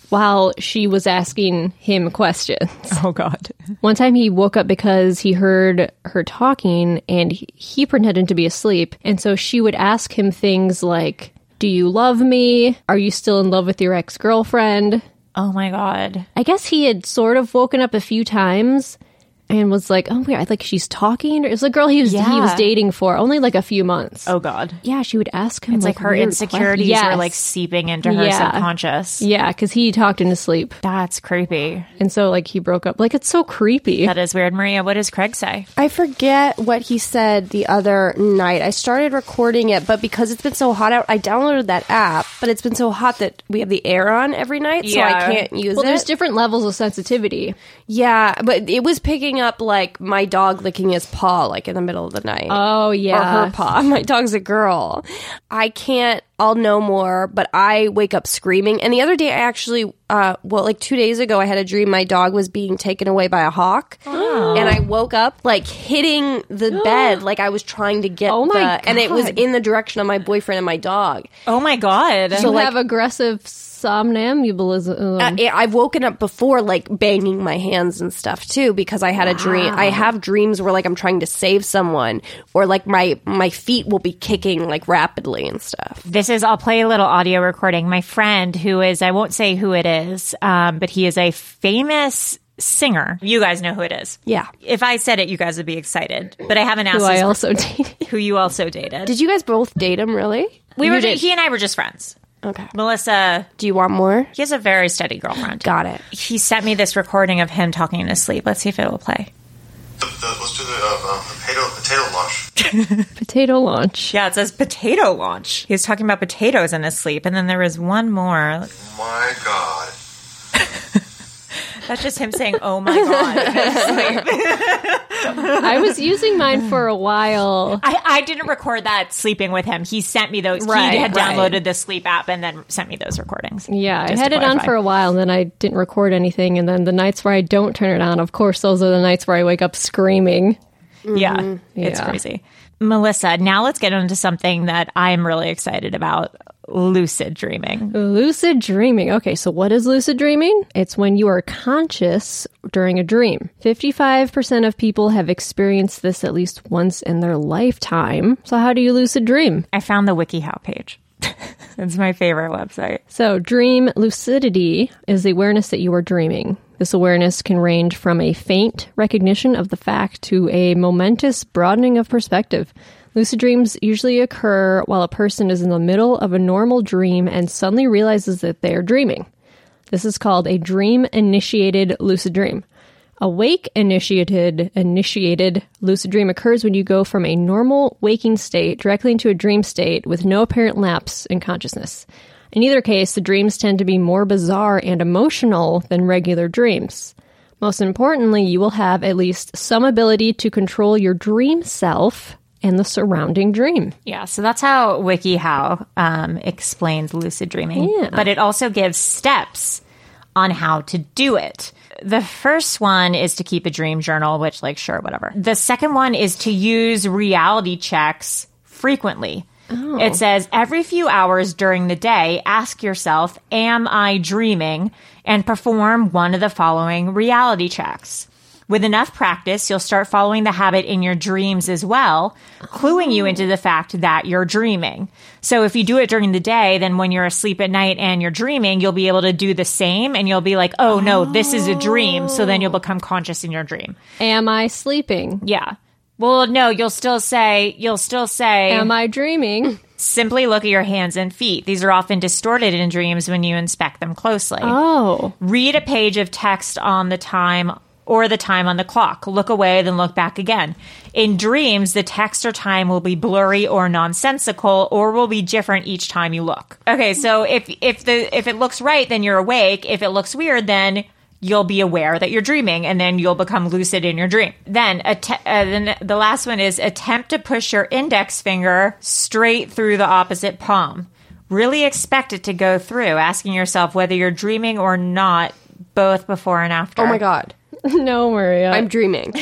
[SPEAKER 2] while she was asking him questions.
[SPEAKER 1] Oh God.
[SPEAKER 2] One time he woke up because he heard her talking and he- he pretended to be asleep. And so she would ask him things like, Do you love me? Are you still in love with your ex girlfriend?
[SPEAKER 1] Oh my God.
[SPEAKER 2] I guess he had sort of woken up a few times and was like, oh, weird. Like she's talking. It was a girl he was, he
[SPEAKER 1] Yeah.
[SPEAKER 2] was dating for only like a few months.
[SPEAKER 1] Oh God.
[SPEAKER 2] Yeah, she would ask him.
[SPEAKER 1] It's like, her
[SPEAKER 2] weird
[SPEAKER 1] insecurities
[SPEAKER 2] questions.
[SPEAKER 1] were
[SPEAKER 2] Yes.
[SPEAKER 1] like seeping into her
[SPEAKER 2] Yeah.
[SPEAKER 1] subconscious.
[SPEAKER 2] Yeah, because he talked in his sleep.
[SPEAKER 1] That's creepy.
[SPEAKER 2] And so, like, he broke up. Like, it's so creepy.
[SPEAKER 1] That is weird. Maria, what does Craig say?
[SPEAKER 9] I forget what he said the other night. I started recording it, but because it's been so hot out, I downloaded that app, but it's been so hot that we have the air on every night, so I can't use
[SPEAKER 2] Well,
[SPEAKER 9] it.
[SPEAKER 2] there's different levels of sensitivity.
[SPEAKER 9] yeah, but it was picking up like my dog licking his paw like in the middle of the night.
[SPEAKER 2] Oh,
[SPEAKER 9] Or her
[SPEAKER 2] yeah.
[SPEAKER 9] paw. My dog's a girl. I can't I'll know more, but I wake up screaming. And the other day I actually uh well like 2 days ago I had a dream my dog was being taken away by a hawk.
[SPEAKER 2] Oh.
[SPEAKER 9] And I woke up like hitting the bed like I was trying to get
[SPEAKER 2] Oh my
[SPEAKER 9] the- and it was
[SPEAKER 2] God.
[SPEAKER 9] in the direction of my boyfriend and my dog.
[SPEAKER 1] Oh my God.
[SPEAKER 2] So, you have aggressive somnambulism.
[SPEAKER 9] Uh, yeah, I've woken up before, like banging my hands and stuff too, because I had a dream. I have dreams where like I'm trying to save someone, or like my my feet will be kicking like rapidly and stuff.
[SPEAKER 1] This is, I'll play a little audio recording. My friend, who is, I won't say who it is, um, but he is a famous singer. You guys know who it is.
[SPEAKER 9] Yeah.
[SPEAKER 1] If I said it, you guys would be excited, but I haven't asked
[SPEAKER 2] Who I
[SPEAKER 1] this-
[SPEAKER 2] also dated.
[SPEAKER 1] who you also dated.
[SPEAKER 9] Did you guys both date him? Really?
[SPEAKER 1] We
[SPEAKER 9] You
[SPEAKER 1] were,
[SPEAKER 9] did-
[SPEAKER 1] ju- he and I were just friends.
[SPEAKER 9] Okay.
[SPEAKER 1] Melissa,
[SPEAKER 9] Do you want more?
[SPEAKER 1] he has a very steady girlfriend.
[SPEAKER 9] Got it.
[SPEAKER 1] He sent me this recording of him talking in his sleep. Let's see if it will play.
[SPEAKER 11] Let's do the uh, um, potato potato launch.
[SPEAKER 2] Potato launch.
[SPEAKER 1] Yeah, it says potato launch. He was talking about potatoes in his sleep. And then there was one more.
[SPEAKER 11] My God,
[SPEAKER 1] That's just him saying, oh my God.
[SPEAKER 2] I was using mine for a while.
[SPEAKER 1] I, I didn't record that sleeping with him. He sent me those.
[SPEAKER 2] Right,
[SPEAKER 1] he had
[SPEAKER 2] right.
[SPEAKER 1] downloaded the sleep app and then sent me those recordings.
[SPEAKER 2] Yeah, I
[SPEAKER 1] Just
[SPEAKER 2] had
[SPEAKER 1] to
[SPEAKER 2] it on
[SPEAKER 1] clarify.
[SPEAKER 2] for a while, and then I didn't record anything. And then the nights where I don't turn it on, of course, those are the nights where I wake up screaming.
[SPEAKER 1] Yeah, it's
[SPEAKER 2] Mm-hmm. Yeah.
[SPEAKER 1] crazy. Melissa, now let's get into something that I'm really excited about lucid dreaming.
[SPEAKER 2] Lucid dreaming. Okay, so what is lucid dreaming? It's when you are conscious during a dream. 55% of people have experienced this at least once in their lifetime. So, how do you lucid dream?
[SPEAKER 1] I found the WikiHow page. it's my favorite website.
[SPEAKER 2] So, dream lucidity is the awareness that you are dreaming. This awareness can range from a faint recognition of the fact to a momentous broadening of perspective. Lucid dreams usually occur while a person is in the middle of a normal dream and suddenly realizes that they are dreaming. This is called a dream initiated lucid dream. Awake initiated initiated lucid dream occurs when you go from a normal waking state directly into a dream state with no apparent lapse in consciousness. In either case, the dreams tend to be more bizarre and emotional than regular dreams. Most importantly, you will have at least some ability to control your dream self and the surrounding dream.
[SPEAKER 1] Yeah, so that's how WikiHow um, explains lucid dreaming.
[SPEAKER 2] Yeah.
[SPEAKER 1] But it also gives steps on how to do it. The first one is to keep a dream journal, which, like, sure, whatever. The second one is to use reality checks frequently. It says every few hours during the day, ask yourself, Am I dreaming? and perform one of the following reality checks. With enough practice, you'll start following the habit in your dreams as well, cluing you into the fact that you're dreaming. So if you do it during the day, then when you're asleep at night and you're dreaming, you'll be able to do the same and you'll be like, oh no, this is a dream. So then you'll become conscious in your dream.
[SPEAKER 2] Am I sleeping?
[SPEAKER 1] Yeah. Well, no, you'll still say, you'll still say,
[SPEAKER 2] Am I dreaming?
[SPEAKER 1] simply look at your hands and feet. These are often distorted in dreams when you inspect them closely.
[SPEAKER 2] Oh.
[SPEAKER 1] Read a page of text on the time or the time on the clock. Look away, then look back again. In dreams, the text or time will be blurry or nonsensical or will be different each time you look. Okay, so if if the if it looks right, then you're awake. If it looks weird, then you'll be aware that you're dreaming and then you'll become lucid in your dream. Then, att- uh, then the last one is attempt to push your index finger straight through the opposite palm. Really expect it to go through, asking yourself whether you're dreaming or not, both before and after.
[SPEAKER 9] Oh my god,
[SPEAKER 2] no, Maria.
[SPEAKER 9] I'm dreaming.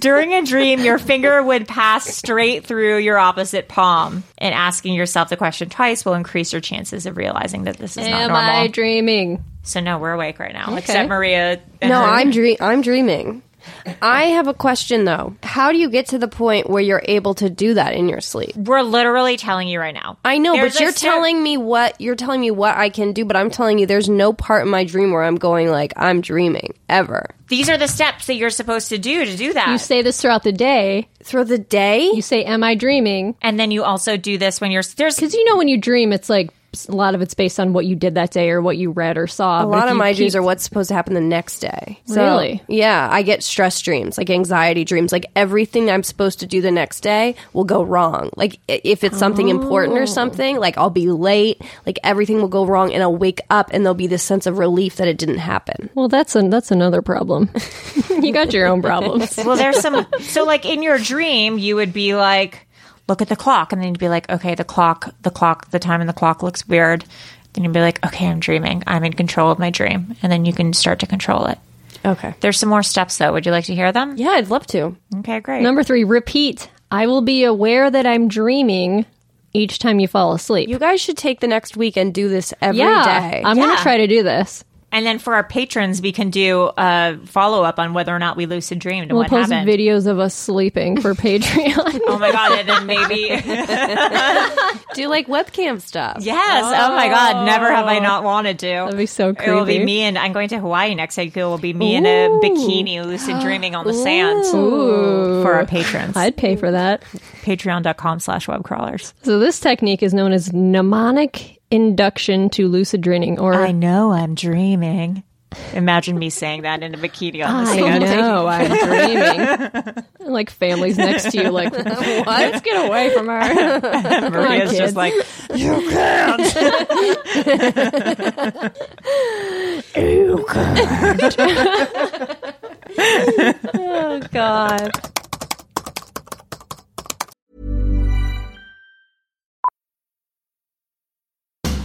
[SPEAKER 1] During a dream, your finger would pass straight through your opposite palm, and asking yourself the question twice will increase your chances of realizing that this is not
[SPEAKER 2] Am
[SPEAKER 1] normal.
[SPEAKER 2] I dreaming?
[SPEAKER 1] so no, we're awake right now,
[SPEAKER 2] Okay.
[SPEAKER 1] except Maria. and
[SPEAKER 9] no,
[SPEAKER 1] her-
[SPEAKER 9] I'm dream. I'm dreaming. I have a question though. How do you get to the point where you're able to do that in your sleep?
[SPEAKER 1] We're literally telling you right now.
[SPEAKER 9] I know,
[SPEAKER 1] There's
[SPEAKER 9] but
[SPEAKER 1] a
[SPEAKER 9] you're
[SPEAKER 1] stair-
[SPEAKER 9] telling me what you're telling me what I can do, but I'm telling you there's no part in my dream where I'm going like I'm dreaming ever.
[SPEAKER 1] These are the steps that you're supposed to do to do that.
[SPEAKER 2] You say this throughout the day.
[SPEAKER 9] Throughout the day?
[SPEAKER 2] You say, Am I dreaming?
[SPEAKER 1] And then you also do this when you're. There's.
[SPEAKER 2] Because you know, when you dream, it's like a lot of it's based on what you did that day or what you read or saw.
[SPEAKER 9] A
[SPEAKER 2] But if
[SPEAKER 9] lot of
[SPEAKER 2] you
[SPEAKER 9] my dreams
[SPEAKER 2] keep-
[SPEAKER 9] are what's supposed to happen the next day.
[SPEAKER 2] Really?
[SPEAKER 9] Yeah, I get stress dreams, like anxiety dreams, like everything I'm supposed to do the next day will go wrong. Like i- if it's something important or something, like I'll be late, like everything will go wrong, and I'll wake up and there'll be this sense of relief that it didn't happen.
[SPEAKER 2] Well, that's an, that's another problem. you got your own problems.
[SPEAKER 1] Well, there's some. So, like in your dream, you would be like, look at the clock, and then you'd be like, okay, the clock, the clock, the time in the clock looks weird. Then you'd be like, okay, I'm dreaming. I'm in control of my dream, and then you can start to control it.
[SPEAKER 9] Okay.
[SPEAKER 1] There's some more steps though. Would you like to hear them?
[SPEAKER 9] Yeah, I'd love to.
[SPEAKER 1] Okay, great.
[SPEAKER 2] Number three, repeat. I will be aware that I'm dreaming each time you fall asleep.
[SPEAKER 9] You guys should take the next week and do this every
[SPEAKER 2] yeah,
[SPEAKER 9] day.
[SPEAKER 2] I'm
[SPEAKER 1] Yeah.
[SPEAKER 2] gonna try to do this.
[SPEAKER 1] And then for our patrons, we can do a follow up on whether or not we lucid dreamed and
[SPEAKER 2] We'll
[SPEAKER 1] what
[SPEAKER 2] post
[SPEAKER 1] happened.
[SPEAKER 2] videos of us sleeping for Patreon.
[SPEAKER 1] Oh my god! And then maybe
[SPEAKER 9] do like webcam stuff.
[SPEAKER 1] yes. Oh. my god! Never have I not wanted to. That'd
[SPEAKER 2] Oh. be so
[SPEAKER 1] It will be
[SPEAKER 2] creepy.
[SPEAKER 1] me and I'm going to Hawaii next week. It will be me in a bikini, lucid dreaming on the sand
[SPEAKER 2] Ooh.
[SPEAKER 1] for our patrons.
[SPEAKER 2] I'd pay for that.
[SPEAKER 1] Patreon.com/slash webcrawlers.
[SPEAKER 2] So this technique is known as mnemonic induction to lucid dreaming, or
[SPEAKER 1] I know I'm dreaming. Imagine me saying that in a bikini on the
[SPEAKER 2] I
[SPEAKER 1] sand.
[SPEAKER 2] know I'm dreaming. like families next to you, like let's get away from her. Come on,
[SPEAKER 1] Maria's
[SPEAKER 2] kids.
[SPEAKER 1] just like, you can't.
[SPEAKER 9] Oh god.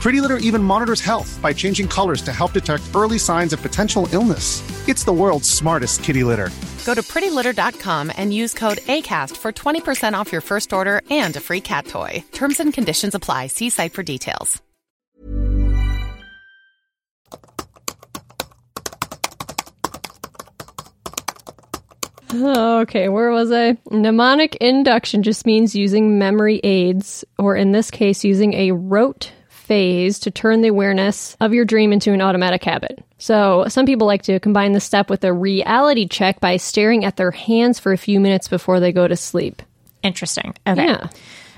[SPEAKER 12] Pretty Litter even monitors health by changing colors to help detect early signs of potential illness. It's the world's smartest kitty litter.
[SPEAKER 13] Go to prettylitter.com and use code ACAST for 20% off your first order and a free cat toy. Terms and conditions apply. See site for details.
[SPEAKER 2] Oh, Okay, where was I? Mnemonic induction just means using memory aids, or in this case, using a rote phase to turn the awareness of your dream into an automatic habit. So, some people like to combine this step with a reality check by staring at their hands for a few minutes before they go to sleep.
[SPEAKER 1] Interesting. Okay.
[SPEAKER 2] Yeah.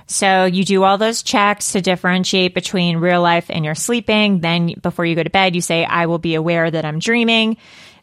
[SPEAKER 1] So you do all those checks to differentiate between real life and your sleeping. Then before you go to bed, you say, I will be aware that I'm dreaming.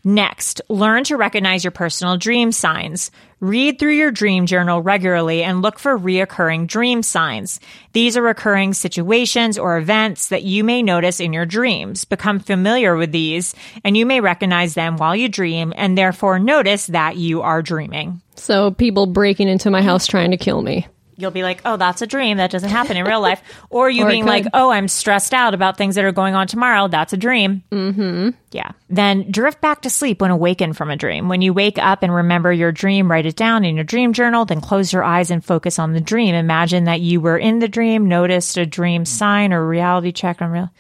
[SPEAKER 1] Next, learn to recognize your personal dream signs. Read through your dream journal regularly and look for reoccurring dream signs. These are recurring situations or events that you may notice in your dreams. Become familiar with these and you may recognize them while you dream and therefore notice that you are dreaming.
[SPEAKER 2] So people breaking into my house trying to kill me.
[SPEAKER 1] You'll be like, oh, that's a dream. That doesn't happen in real life. Or you
[SPEAKER 2] Or it
[SPEAKER 1] being like,
[SPEAKER 2] could.
[SPEAKER 1] oh, I'm stressed out about things that are going on tomorrow. That's a dream. Mm-hmm. Yeah. Then drift back to sleep when awakened from a dream. When you wake up and remember your dream, write it down in your dream journal. Then close your eyes and focus on the dream. Imagine that you were in the dream, noticed a dream sign or reality check on real.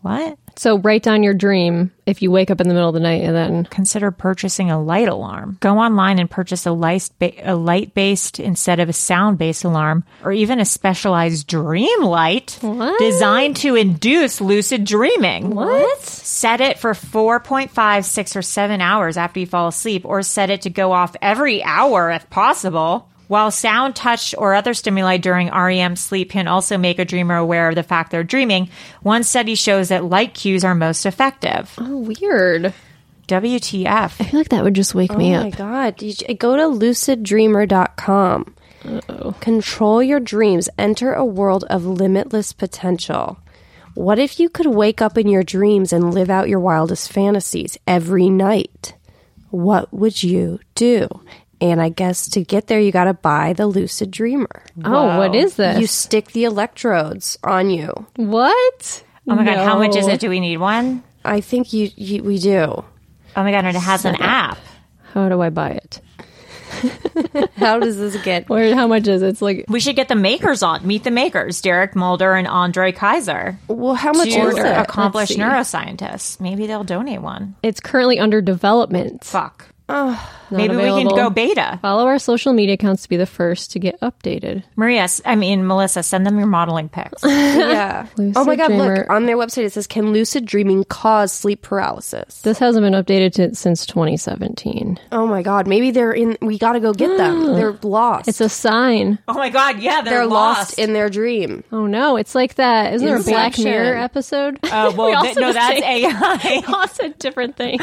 [SPEAKER 1] What?
[SPEAKER 2] So write down your dream if you wake up in the middle of the night and then
[SPEAKER 1] consider purchasing a light alarm. Go online and purchase a light a light based instead of a sound based alarm, or even a specialized dream light designed to induce lucid dreaming. What? Set it for 4.5, 6, or 7 hours after you fall asleep, or set it to go off every hour if possible. While sound, touch, or other stimuli during REM sleep can also make a dreamer aware of the fact they're dreaming, one study shows that light cues are most effective.
[SPEAKER 2] Oh, weird.
[SPEAKER 1] WTF.
[SPEAKER 2] I feel like that would just wake
[SPEAKER 9] oh
[SPEAKER 2] me
[SPEAKER 9] my
[SPEAKER 2] up.
[SPEAKER 9] god. Did you- go to luciddreamer.com. Control your dreams. Enter a world of limitless potential. What if you could wake up in your dreams and live out your wildest fantasies every night? What would you do? And I guess to get there, you got to buy the Lucid Dreamer.
[SPEAKER 2] Oh, what is this?
[SPEAKER 9] You stick the electrodes on you.
[SPEAKER 2] What?
[SPEAKER 1] Oh my god, how much is it? Do we need one?
[SPEAKER 9] I think you, you we do.
[SPEAKER 1] Oh my god, and it has an
[SPEAKER 9] Set up.
[SPEAKER 1] app.
[SPEAKER 2] How do I buy it?
[SPEAKER 9] How does this get?
[SPEAKER 2] Where? How much is it? It's like
[SPEAKER 1] We should get the makers on. Meet the makers, Derek Mulder and Andre Kaiser.
[SPEAKER 9] Well, how much
[SPEAKER 1] to
[SPEAKER 9] is it?
[SPEAKER 1] accomplished
[SPEAKER 9] Let's
[SPEAKER 1] neuroscientists? Maybe they'll donate one.
[SPEAKER 2] it's currently under development.
[SPEAKER 1] Fuck.
[SPEAKER 9] Oh,
[SPEAKER 1] Maybe we can go beta.
[SPEAKER 2] Follow our social media accounts to be the first to get updated.
[SPEAKER 1] Maria, s- I mean Melissa, send them your modeling pics.
[SPEAKER 9] yeah. oh my
[SPEAKER 2] Lucid
[SPEAKER 9] god,
[SPEAKER 2] dreamer.
[SPEAKER 9] look on their website. It says, "Can lucid dreaming cause sleep paralysis?"
[SPEAKER 2] This hasn't been updated to, since 2017.
[SPEAKER 9] Oh my god, maybe they're in. We got to go get them. They're lost.
[SPEAKER 2] It's a sign.
[SPEAKER 1] Oh my god, yeah, they're, lost.
[SPEAKER 9] in their dream.
[SPEAKER 2] Oh no, it's like that. Isn't there a Black
[SPEAKER 9] Inception.
[SPEAKER 2] Mirror episode?
[SPEAKER 1] Oh well,
[SPEAKER 2] We all
[SPEAKER 1] th-
[SPEAKER 2] said
[SPEAKER 1] no,
[SPEAKER 2] the
[SPEAKER 1] that's
[SPEAKER 2] same-
[SPEAKER 1] AI.
[SPEAKER 2] we all said different things.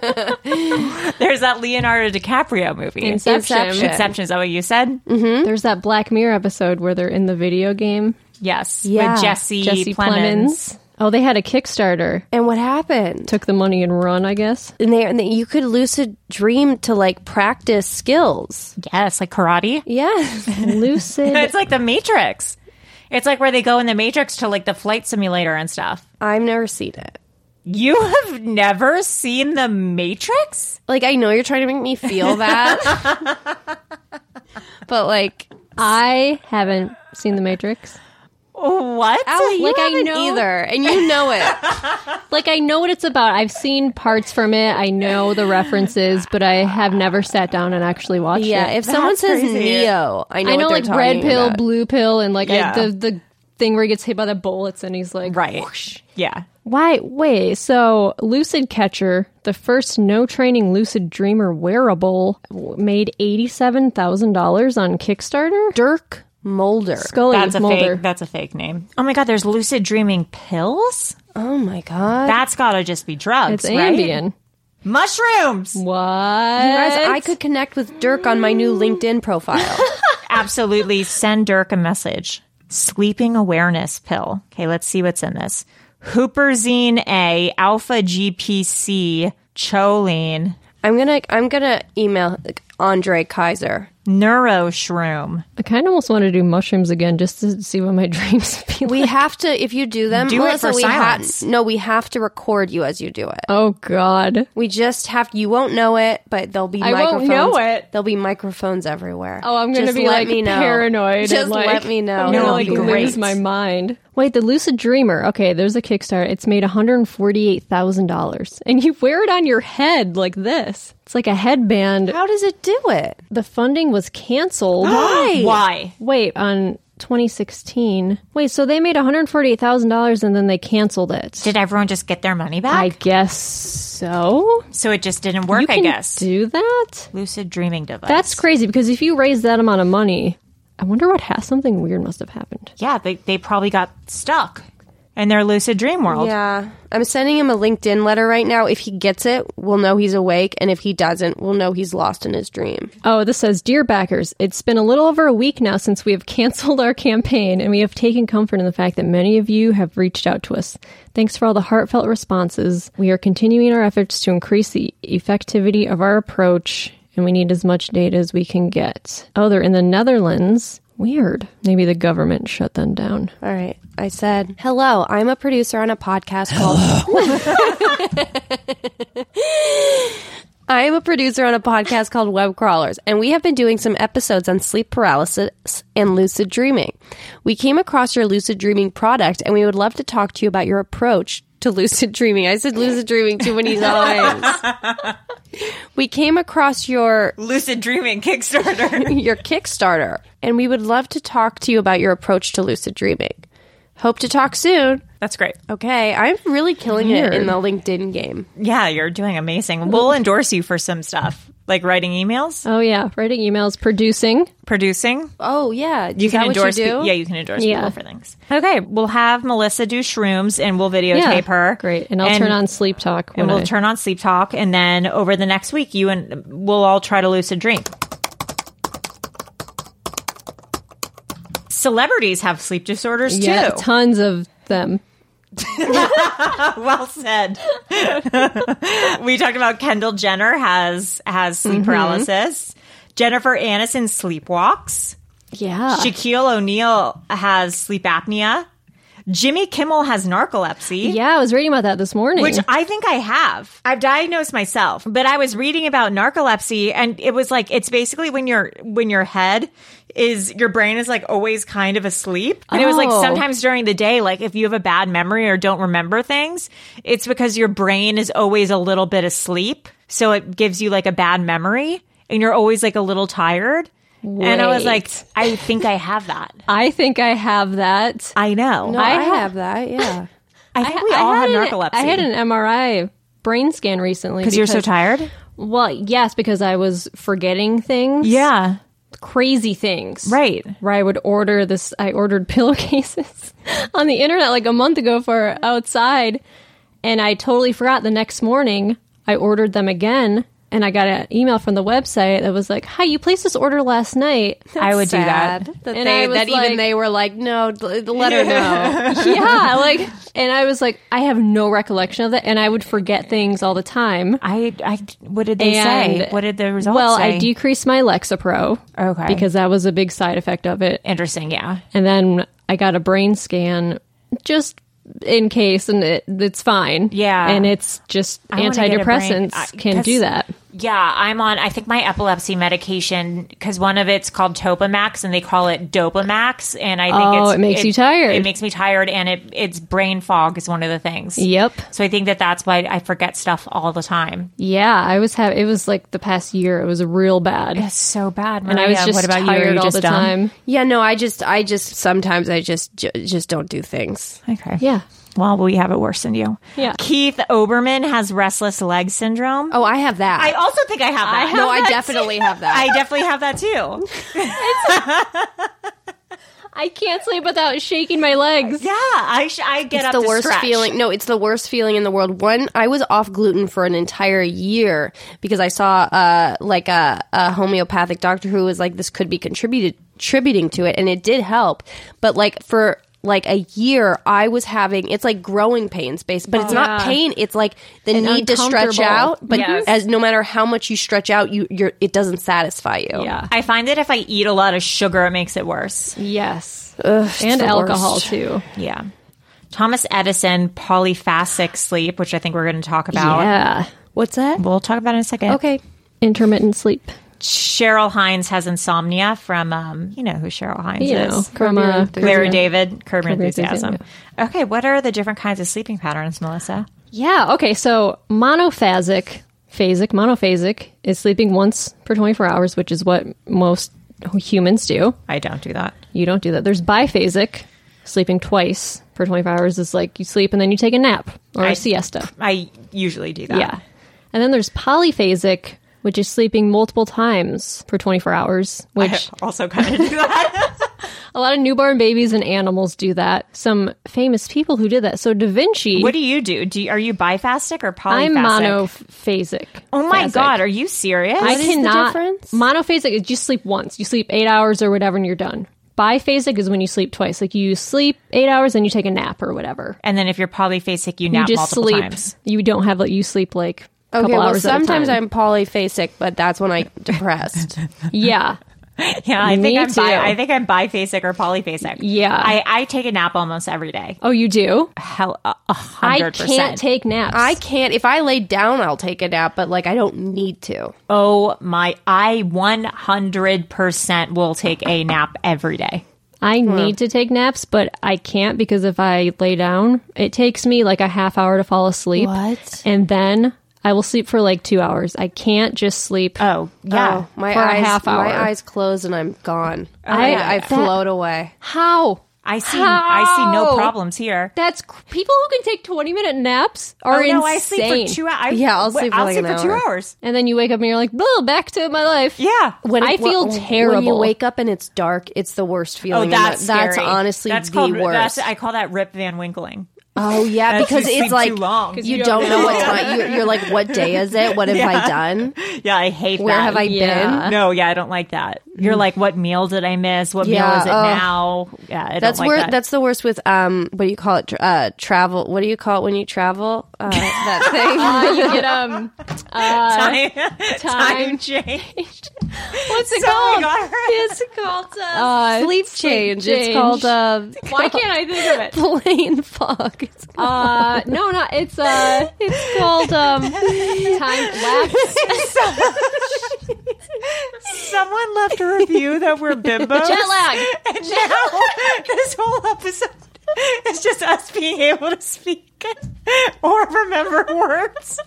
[SPEAKER 1] There's that Leonardo DiCaprio movie,
[SPEAKER 2] Inception. Inception.
[SPEAKER 1] Inception is that what you said?
[SPEAKER 2] There's that Black Mirror episode where they're in the video game.
[SPEAKER 1] Yes,
[SPEAKER 9] Yeah.
[SPEAKER 1] with Jesse,
[SPEAKER 2] Jesse
[SPEAKER 1] Plemons.
[SPEAKER 2] Plemons. Oh, they had a Kickstarter.
[SPEAKER 9] And what happened?
[SPEAKER 2] Took the money and run, I guess.
[SPEAKER 9] And they, and they you could lucid dream to like practice skills.
[SPEAKER 1] Yes, like karate.
[SPEAKER 9] Yes.
[SPEAKER 2] Lucid.
[SPEAKER 1] it's like the Matrix. It's like where they go in the Matrix to like the flight simulator and stuff.
[SPEAKER 9] I've never seen it.
[SPEAKER 1] You have never seen the Matrix?
[SPEAKER 9] Like I know you're trying to make me feel that. but like
[SPEAKER 2] I haven't seen The Matrix.
[SPEAKER 1] What?
[SPEAKER 9] Allie, Oh, you
[SPEAKER 2] Like, I
[SPEAKER 9] haven't
[SPEAKER 2] know-
[SPEAKER 9] either and you know it.
[SPEAKER 2] Like I know what it's about. I've seen parts from it. I know the references, but I have never sat down and actually watched
[SPEAKER 9] Yeah,
[SPEAKER 2] it.
[SPEAKER 9] if someone says
[SPEAKER 1] crazy.
[SPEAKER 9] Neo, I know
[SPEAKER 2] I know
[SPEAKER 9] what
[SPEAKER 2] like
[SPEAKER 9] they're
[SPEAKER 2] red
[SPEAKER 9] talking
[SPEAKER 2] pill,
[SPEAKER 9] about.
[SPEAKER 2] blue pill, and like
[SPEAKER 1] Yeah.
[SPEAKER 2] I, the the thing where he gets hit by the bullets and he's like
[SPEAKER 1] Right. Yeah.
[SPEAKER 2] Why? Wait. So, Lucid Catcher, the first no training lucid dreamer wearable, w- made eighty-seven thousand dollars on Kickstarter.
[SPEAKER 9] Dirk Mulder.
[SPEAKER 2] Scully
[SPEAKER 1] That's a
[SPEAKER 2] Oh, Mulder.
[SPEAKER 1] fake that's a fake name. Oh my god, there's lucid dreaming pills?
[SPEAKER 9] Oh my god.
[SPEAKER 1] That's gotta just be
[SPEAKER 2] It's
[SPEAKER 1] drugs. right?
[SPEAKER 2] Ambien.
[SPEAKER 1] Mushrooms.
[SPEAKER 2] What?
[SPEAKER 9] You guys, I could connect with Dirk on my new LinkedIn profile.
[SPEAKER 1] Absolutely. Send Dirk a message. Sleeping awareness pill. Okay, let's see what's in this. Hooperzine A, alpha GPC, choline,
[SPEAKER 9] I'm gonna I'm gonna email like, Andre Kaiser.
[SPEAKER 1] neuroshroom.
[SPEAKER 2] I kind of almost want to do mushrooms again just to see what my dreams feel.
[SPEAKER 9] We have to if you do them.
[SPEAKER 1] Do it
[SPEAKER 9] Melissa,
[SPEAKER 1] for
[SPEAKER 9] we
[SPEAKER 1] silence.
[SPEAKER 9] Ha- no, we have to record you as you do it.
[SPEAKER 2] Oh God.
[SPEAKER 9] We just have you won't know it, but there'll be
[SPEAKER 2] I won't
[SPEAKER 9] microphones.
[SPEAKER 2] know it.
[SPEAKER 9] There'll be microphones everywhere.
[SPEAKER 2] Oh, I'm gonna
[SPEAKER 9] Just
[SPEAKER 2] be
[SPEAKER 9] let
[SPEAKER 2] like
[SPEAKER 9] me know.
[SPEAKER 2] paranoid.
[SPEAKER 9] Just
[SPEAKER 2] and, like,
[SPEAKER 9] let me know.
[SPEAKER 2] I'm gonna
[SPEAKER 9] It'll
[SPEAKER 2] like
[SPEAKER 9] be
[SPEAKER 2] lose
[SPEAKER 9] great.
[SPEAKER 2] my mind. Wait, the Lucid Dreamer. Okay, there's a Kickstarter. It's made 148 thousand dollars, and you wear it on your head like this. It's like a headband.
[SPEAKER 9] How does it do it?
[SPEAKER 2] The funding was canceled.
[SPEAKER 1] Why? Why?
[SPEAKER 2] Wait, on 2016. Wait, so they made 148 thousand dollars and then they canceled it.
[SPEAKER 1] Did everyone just get their money back?
[SPEAKER 2] I guess so.
[SPEAKER 1] so it just didn't work,
[SPEAKER 2] you
[SPEAKER 1] I
[SPEAKER 2] can
[SPEAKER 1] guess.
[SPEAKER 2] do that.
[SPEAKER 1] Lucid dreaming device.
[SPEAKER 2] That's crazy because if you raise that amount of money, I wonder what has something weird must have happened.
[SPEAKER 1] yeah, they, they probably got stuck. in their lucid dream world.
[SPEAKER 9] Yeah. I'm sending him a LinkedIn letter right now. If he gets it, we'll know he's awake. And if he doesn't, we'll know he's lost in his dream.
[SPEAKER 2] Oh, this says Dear backers, it's been a little over a week now since we have canceled our campaign, and we have taken comfort in the fact that many of you have reached out to us. Thanks for all the heartfelt responses. We are continuing our efforts to increase the effectivity of our approach, and we need as much data as we can get. Oh, they're in the Netherlands. Weird. Maybe the government shut them down.
[SPEAKER 9] All right. I said, Hello, I'm a producer on a podcast called. I am a producer on a podcast called Web Crawlers, and we have been doing some episodes on sleep paralysis and lucid dreaming. We came across your lucid dreaming product, and we would love to talk to you about your approach to lucid dreaming. I said lucid dreaming too many times. we came across your
[SPEAKER 14] lucid dreaming Kickstarter,
[SPEAKER 9] your Kickstarter, and we would love to talk to you about your approach to lucid dreaming. Hope to talk soon.
[SPEAKER 1] That's great.
[SPEAKER 2] Oh.
[SPEAKER 9] Okay, I'm really killing
[SPEAKER 1] Weird.
[SPEAKER 9] it in the LinkedIn game.
[SPEAKER 1] Yeah, you're doing amazing. We'll endorse you for some stuff, like writing emails.
[SPEAKER 2] Oh, yeah. Writing emails, producing.
[SPEAKER 1] Producing.
[SPEAKER 9] Oh yeah,
[SPEAKER 1] You
[SPEAKER 9] Is
[SPEAKER 1] can
[SPEAKER 9] that what
[SPEAKER 1] endorse.
[SPEAKER 9] you do?
[SPEAKER 1] pe- yeah, you can endorse
[SPEAKER 9] Yeah.
[SPEAKER 1] people for things. Okay, we'll have Melissa do shrooms, and we'll videotape
[SPEAKER 2] Yeah,
[SPEAKER 1] her. Great,
[SPEAKER 2] And I'll turn on sleep talk.
[SPEAKER 1] and
[SPEAKER 2] when
[SPEAKER 1] we'll
[SPEAKER 2] I-
[SPEAKER 1] turn on sleep talk, and then over the next week, you and we'll all try to lucid dream. Celebrities have sleep disorders too.
[SPEAKER 2] Yeah, tons of them.
[SPEAKER 1] well said. we talked about Kendall Jenner has has sleep
[SPEAKER 2] Mhm.
[SPEAKER 1] paralysis. Jennifer Aniston sleepwalks.
[SPEAKER 2] Yeah.
[SPEAKER 1] Shaquille O'Neal has sleep apnea. Jimmy Kimmel has narcolepsy.
[SPEAKER 2] Yeah, I was reading about that this morning.
[SPEAKER 1] Which I think I have. I've diagnosed myself, but I was reading about narcolepsy and it was like it's basically when your when your head is your brain is like always kind of asleep. And it was like
[SPEAKER 14] Oh.
[SPEAKER 1] sometimes during the day like if you have a bad memory or don't remember things, it's because your brain is always a little bit asleep, so it gives you like a bad memory and you're always like a little tired. And I was like,
[SPEAKER 2] Wait.
[SPEAKER 1] I think I have that.
[SPEAKER 2] I think I have that.
[SPEAKER 1] I know.
[SPEAKER 2] No, I have
[SPEAKER 9] that. Uh, Yeah.
[SPEAKER 1] I think we all have narcolepsy.
[SPEAKER 2] I had an MRI brain scan recently
[SPEAKER 1] 'Cause you're so tired?
[SPEAKER 2] Well, yes, because I was forgetting things.
[SPEAKER 1] Yeah.
[SPEAKER 2] Crazy things.
[SPEAKER 1] Right.
[SPEAKER 2] Where I would order this I ordered pillowcases on the internet like a month ago for outside and I totally forgot the next morning I ordered them again and I got an email from the website that was like, "Hi, you placed this order last night."
[SPEAKER 1] I would do that.
[SPEAKER 9] That, they, that even they were like, no, d- let her know.
[SPEAKER 2] yeah, like, and I was like, I have no recollection of that, and I would forget things all the time.
[SPEAKER 1] I, I, what did they say? What did the results
[SPEAKER 2] Well, I
[SPEAKER 1] say?
[SPEAKER 2] decreased my Lexapro,
[SPEAKER 1] Okay.
[SPEAKER 2] because that was a big side effect of it.
[SPEAKER 1] Interesting, yeah.
[SPEAKER 2] And then I got a brain scan, just in case, and it, it's fine.
[SPEAKER 1] Yeah.
[SPEAKER 2] and it's just
[SPEAKER 1] I wanna get a brain-
[SPEAKER 2] antidepressants
[SPEAKER 1] I-
[SPEAKER 2] can
[SPEAKER 1] 'cause-
[SPEAKER 2] do that.
[SPEAKER 1] Yeah, I'm on. I think my epilepsy medication because one of it's called Topamax and they call it Dopamax, and I think
[SPEAKER 2] Oh,
[SPEAKER 1] it's,
[SPEAKER 2] it makes you tired.
[SPEAKER 1] It makes me tired, and it it's brain fog is one of the things.
[SPEAKER 2] Yep.
[SPEAKER 1] So I think that that's why I forget stuff all the time.
[SPEAKER 2] Yeah, I was have it was like the past year. It was real bad.
[SPEAKER 1] It's so bad,
[SPEAKER 2] and I was
[SPEAKER 1] Maria.
[SPEAKER 2] just
[SPEAKER 1] What about you? Are
[SPEAKER 2] tired
[SPEAKER 1] you
[SPEAKER 2] all
[SPEAKER 1] just
[SPEAKER 2] the
[SPEAKER 1] dumb?
[SPEAKER 2] time.
[SPEAKER 9] Yeah, no, I just, I just, sometimes I just, ju- just don't do things.
[SPEAKER 1] Okay.
[SPEAKER 2] Yeah.
[SPEAKER 1] Well, we have it worse than you.
[SPEAKER 2] Yeah.
[SPEAKER 1] Keith Oberman has restless leg syndrome. Oh,
[SPEAKER 9] I have that.
[SPEAKER 1] I also think I have that.
[SPEAKER 9] I have No, I that definitely too. have that.
[SPEAKER 1] I definitely have that too.
[SPEAKER 2] I can't sleep without shaking my legs.
[SPEAKER 1] Yeah, I sh- I get
[SPEAKER 9] it's
[SPEAKER 1] up
[SPEAKER 9] the
[SPEAKER 1] to
[SPEAKER 9] worst
[SPEAKER 1] stretch.
[SPEAKER 9] feeling. No, it's the worst feeling in the world. One, I was off gluten for an entire year because I saw uh, like a, a homeopathic doctor who was like, this could be contributed contributing to it, and it did help. But like for like a year, I was having it's like growing pains, based, but it's not
[SPEAKER 2] Yeah.
[SPEAKER 9] pain. It's like the
[SPEAKER 2] And
[SPEAKER 9] need to stretch
[SPEAKER 2] uncomfortable.
[SPEAKER 9] out. But
[SPEAKER 2] Yes.
[SPEAKER 9] as no matter how much you stretch out, you you're, it doesn't satisfy you.
[SPEAKER 2] Yeah.
[SPEAKER 1] I find that if I eat a lot of sugar, it makes it worse.
[SPEAKER 2] Yes.
[SPEAKER 9] Ugh, it's
[SPEAKER 2] and
[SPEAKER 9] the
[SPEAKER 2] alcohol
[SPEAKER 9] worst.
[SPEAKER 2] too.
[SPEAKER 1] Yeah. Thomas Edison polyphasic sleep, which I think we're going to talk about.
[SPEAKER 2] Yeah.
[SPEAKER 9] What's that?
[SPEAKER 1] We'll talk about it in a second.
[SPEAKER 9] Okay.
[SPEAKER 2] Intermittent sleep.
[SPEAKER 1] Cheryl Hines has insomnia from, um, you know who Cheryl Hines
[SPEAKER 2] You know,
[SPEAKER 1] is.
[SPEAKER 2] from, uh,
[SPEAKER 1] Larry
[SPEAKER 2] Curb Your-
[SPEAKER 1] David, Curb Your
[SPEAKER 2] Curb Your
[SPEAKER 1] Enthusiasm. Okay, what are the different kinds of sleeping patterns, Melissa?
[SPEAKER 2] Yeah. Okay. So monophasic, phasic, monophasic is sleeping once per 24 hours, which is what most humans do.
[SPEAKER 1] I don't do that.
[SPEAKER 2] You don't do that. There's biphasic, sleeping twice per 24 hours is like you sleep and then you take a nap or a
[SPEAKER 1] I-
[SPEAKER 2] siesta.
[SPEAKER 1] I usually do that.
[SPEAKER 2] Yeah. And then there's polyphasic, which is sleeping multiple times per 24 hours, which
[SPEAKER 1] I also kind of do that.
[SPEAKER 2] A lot of newborn babies and animals do that. Some famous people who did that. So Da Vinci.
[SPEAKER 1] What do you do? Do you, are you biphasic or polyphasic?
[SPEAKER 2] I'm monophasic.
[SPEAKER 1] Oh my
[SPEAKER 2] Phasic.
[SPEAKER 1] god, are you serious?
[SPEAKER 2] I cannot. Monophasic is you sleep once. You sleep eight hours or whatever, and you're done. Biphasic is when you sleep twice. Like you sleep eight hours and you take a nap or whatever.
[SPEAKER 1] And then if you're polyphasic, you nap
[SPEAKER 2] you just
[SPEAKER 1] multiple
[SPEAKER 2] sleep.
[SPEAKER 1] times.
[SPEAKER 2] You don't have like you sleep like a
[SPEAKER 9] Okay,
[SPEAKER 2] couple
[SPEAKER 9] well,
[SPEAKER 2] hours.
[SPEAKER 9] sometimes
[SPEAKER 2] at a time.
[SPEAKER 9] I'm polyphasic, but that's when I'm depressed.
[SPEAKER 2] yeah.
[SPEAKER 1] Yeah, I
[SPEAKER 2] Me
[SPEAKER 1] think I'm bi-
[SPEAKER 2] too.
[SPEAKER 1] I think I'm biphasic or polyphasic.
[SPEAKER 2] Yeah.
[SPEAKER 1] I, I take a nap almost every day.
[SPEAKER 2] Oh, you do?
[SPEAKER 1] Hell, a a hundred percent.
[SPEAKER 2] take naps.
[SPEAKER 9] I can't. If I lay down, I'll take a nap, but like I don't need to.
[SPEAKER 1] Oh my! I one hundred percent will take a nap every day.
[SPEAKER 2] I
[SPEAKER 9] Hmm.
[SPEAKER 2] need to take naps, but I can't because if I lay down, it takes me like a half hour to fall asleep. What? And then I will sleep for like two hours. I can't just sleep.
[SPEAKER 1] Oh,
[SPEAKER 9] Oh, my
[SPEAKER 2] for
[SPEAKER 9] eyes,
[SPEAKER 2] a half hour.
[SPEAKER 9] my eyes close, and I'm gone.
[SPEAKER 2] I-
[SPEAKER 9] I, I,
[SPEAKER 2] that-
[SPEAKER 9] float away.
[SPEAKER 2] How?
[SPEAKER 1] I see. I see no
[SPEAKER 2] How?
[SPEAKER 1] problems here.
[SPEAKER 2] That's cr- people who can take twenty minute naps are
[SPEAKER 1] Oh,
[SPEAKER 2] insane.
[SPEAKER 1] no, I sleep for two hou- I-
[SPEAKER 2] yeah,
[SPEAKER 1] I'll sleep for I'll like sleep an for two hour. hours,
[SPEAKER 2] and then you wake up and you're like, "Blah, back to my life."
[SPEAKER 1] Yeah,
[SPEAKER 2] when I
[SPEAKER 9] it-
[SPEAKER 2] feel
[SPEAKER 9] wh-
[SPEAKER 2] terrible.
[SPEAKER 9] When you wake up and it's dark, it's the worst feeling.
[SPEAKER 1] Oh,
[SPEAKER 9] in
[SPEAKER 1] that's
[SPEAKER 9] the- that's
[SPEAKER 1] scary.
[SPEAKER 9] honestly
[SPEAKER 1] That's
[SPEAKER 9] the
[SPEAKER 1] called-
[SPEAKER 9] worst.
[SPEAKER 1] That's, I call that Rip Van Winkling.
[SPEAKER 9] oh yeah,
[SPEAKER 1] That's
[SPEAKER 9] because
[SPEAKER 1] you sleep
[SPEAKER 9] it's like
[SPEAKER 1] too long. 'Cause
[SPEAKER 9] you,
[SPEAKER 1] you don't
[SPEAKER 9] don't, know
[SPEAKER 1] know.
[SPEAKER 9] what time. You're, you're like, what day is it? What have
[SPEAKER 1] Yeah.
[SPEAKER 9] I done?
[SPEAKER 1] Yeah, I hate
[SPEAKER 9] Where
[SPEAKER 1] that.
[SPEAKER 9] have I Yeah. been? Mm.
[SPEAKER 1] No, yeah, I don't like that. You're like, what meal did I miss? What meal
[SPEAKER 9] Yeah,
[SPEAKER 1] is it
[SPEAKER 9] ugh.
[SPEAKER 1] now? Yeah, I don't
[SPEAKER 9] that's
[SPEAKER 1] like
[SPEAKER 9] wor-
[SPEAKER 1] that.
[SPEAKER 9] That's the worst with um. What do you call it? Tr- Uh, travel. What do you call it when you travel? Uh, that thing.
[SPEAKER 2] Uh, you get um uh,
[SPEAKER 1] time,
[SPEAKER 2] time
[SPEAKER 1] oh change.
[SPEAKER 2] What's it
[SPEAKER 1] So we
[SPEAKER 2] called?
[SPEAKER 1] got her.
[SPEAKER 2] It's called uh,
[SPEAKER 9] Uh, sleep change. It's called, uh,
[SPEAKER 2] Why can't I think of it?
[SPEAKER 9] Plain fog. It's
[SPEAKER 2] Uh, no, no, it's uh, it's called um, time lapse.
[SPEAKER 1] Someone left a review that we're bimbos.
[SPEAKER 2] Jet lag.
[SPEAKER 1] And now this whole episode is just us being able to speak or remember words.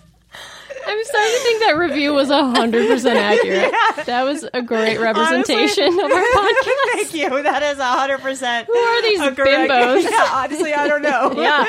[SPEAKER 2] I'm starting to think that review was hundred percent accurate. That was a great representation of our podcast.
[SPEAKER 1] Thank you. That is 100%. Who
[SPEAKER 2] are these bimbos?
[SPEAKER 1] Yeah, honestly, I don't know.
[SPEAKER 2] Yeah.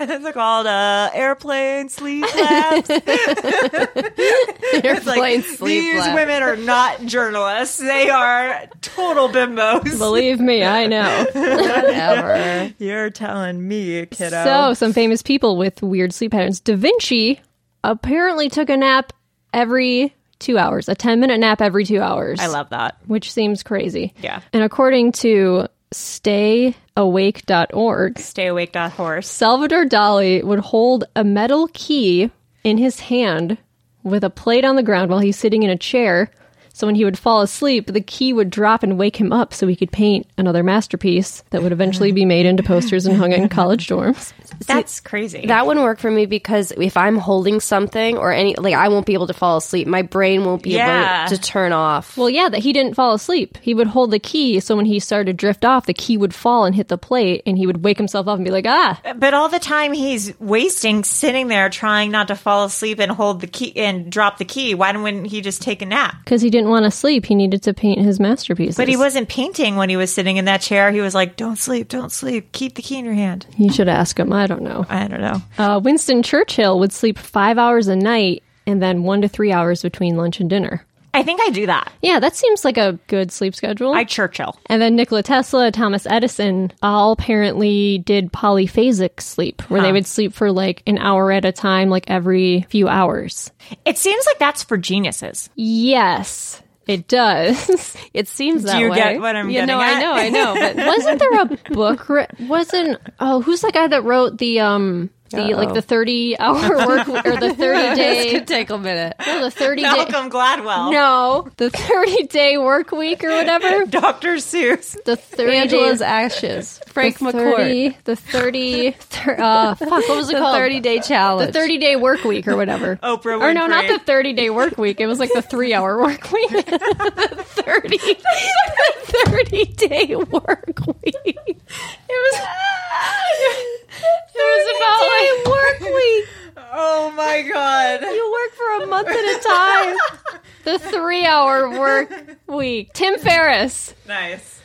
[SPEAKER 1] it's called uh, airplane sleep labs. It's
[SPEAKER 9] Airplane sleep
[SPEAKER 1] These
[SPEAKER 9] lab.
[SPEAKER 1] women are not journalists. They are total bimbos.
[SPEAKER 2] Believe me, I know.
[SPEAKER 9] Whatever.
[SPEAKER 1] You're telling me, kiddo.
[SPEAKER 2] So, some famous people with weird sleep patterns. Da Vinci apparently took a nap every two hours, a 10 minute nap every two hours.
[SPEAKER 1] I love that.
[SPEAKER 2] Which seems crazy.
[SPEAKER 1] Yeah.
[SPEAKER 2] And according to stayawake.org,
[SPEAKER 1] Stay awake, dot horse.
[SPEAKER 2] Salvador Dali would hold a metal key in his hand with a plate on the ground while he's sitting in a chair. So when he would fall asleep, the key would drop and wake him up so he could paint another masterpiece that would eventually be made into posters and hung in college dorms.
[SPEAKER 1] That's crazy.
[SPEAKER 9] That wouldn't work for me because if I'm holding something or any, like I won't be able to fall asleep. My brain won't be
[SPEAKER 1] Yeah.
[SPEAKER 9] able to turn off.
[SPEAKER 2] Well, yeah, that he didn't fall asleep. He would hold the key, so when he started to drift off, the key would fall and hit the plate, and he would wake himself up and be like, ah.
[SPEAKER 1] But all the time he's wasting sitting there trying not to fall asleep and hold the key and drop the key. Why wouldn't he just take a nap?
[SPEAKER 2] Because he didn't want to sleep. He needed to paint his masterpiece.
[SPEAKER 1] But he wasn't painting when he was sitting in that chair. He was like, "Don't sleep, don't sleep. Keep the key in your hand."
[SPEAKER 2] You should ask him. I don't know.
[SPEAKER 1] I don't know.
[SPEAKER 2] Uh, Winston Churchill would sleep five hours a night and then one to three hours between lunch and dinner.
[SPEAKER 1] I think I do that.
[SPEAKER 2] Yeah, that seems like a good sleep schedule.
[SPEAKER 1] I Churchill.
[SPEAKER 2] and then Nikola Tesla, Thomas Edison, all apparently did polyphasic sleep, where they
[SPEAKER 1] Huh.
[SPEAKER 2] would sleep for like an hour at a time, like every few hours.
[SPEAKER 1] It seems like that's for geniuses.
[SPEAKER 2] Yes, it does.
[SPEAKER 9] It seems
[SPEAKER 1] Do that you way. get what I'm
[SPEAKER 2] yeah, no,
[SPEAKER 1] getting
[SPEAKER 2] I
[SPEAKER 1] at?
[SPEAKER 2] know, I know. But wasn't there a book? Re- wasn't oh, who's that guy that wrote the um the like
[SPEAKER 9] Uh-oh.
[SPEAKER 2] the thirty hour work or the thirty
[SPEAKER 9] This
[SPEAKER 2] day
[SPEAKER 9] could take a minute.
[SPEAKER 2] no the thirty day
[SPEAKER 1] Malcolm Gladwell.
[SPEAKER 2] no the thirty day work week or whatever
[SPEAKER 1] Dr. Seuss.
[SPEAKER 2] the thirty
[SPEAKER 9] Angela's
[SPEAKER 2] days-
[SPEAKER 9] ashes. Frank
[SPEAKER 2] the
[SPEAKER 9] McCourt.
[SPEAKER 2] 30 the thirty thir- uh, fuck what was it
[SPEAKER 9] The
[SPEAKER 2] called
[SPEAKER 9] 30 day
[SPEAKER 2] the
[SPEAKER 9] challenge.
[SPEAKER 2] 30 day work week or whatever.
[SPEAKER 1] Oprah
[SPEAKER 2] Or no, not the
[SPEAKER 1] Winfrey.
[SPEAKER 2] 30 day work week. It was like the three hour work week. 30, 30 day work week. It was. It was about like work week.
[SPEAKER 1] Oh my god.
[SPEAKER 2] You work for a month at a time. The three hour work week. Tim Ferriss.
[SPEAKER 1] Nice.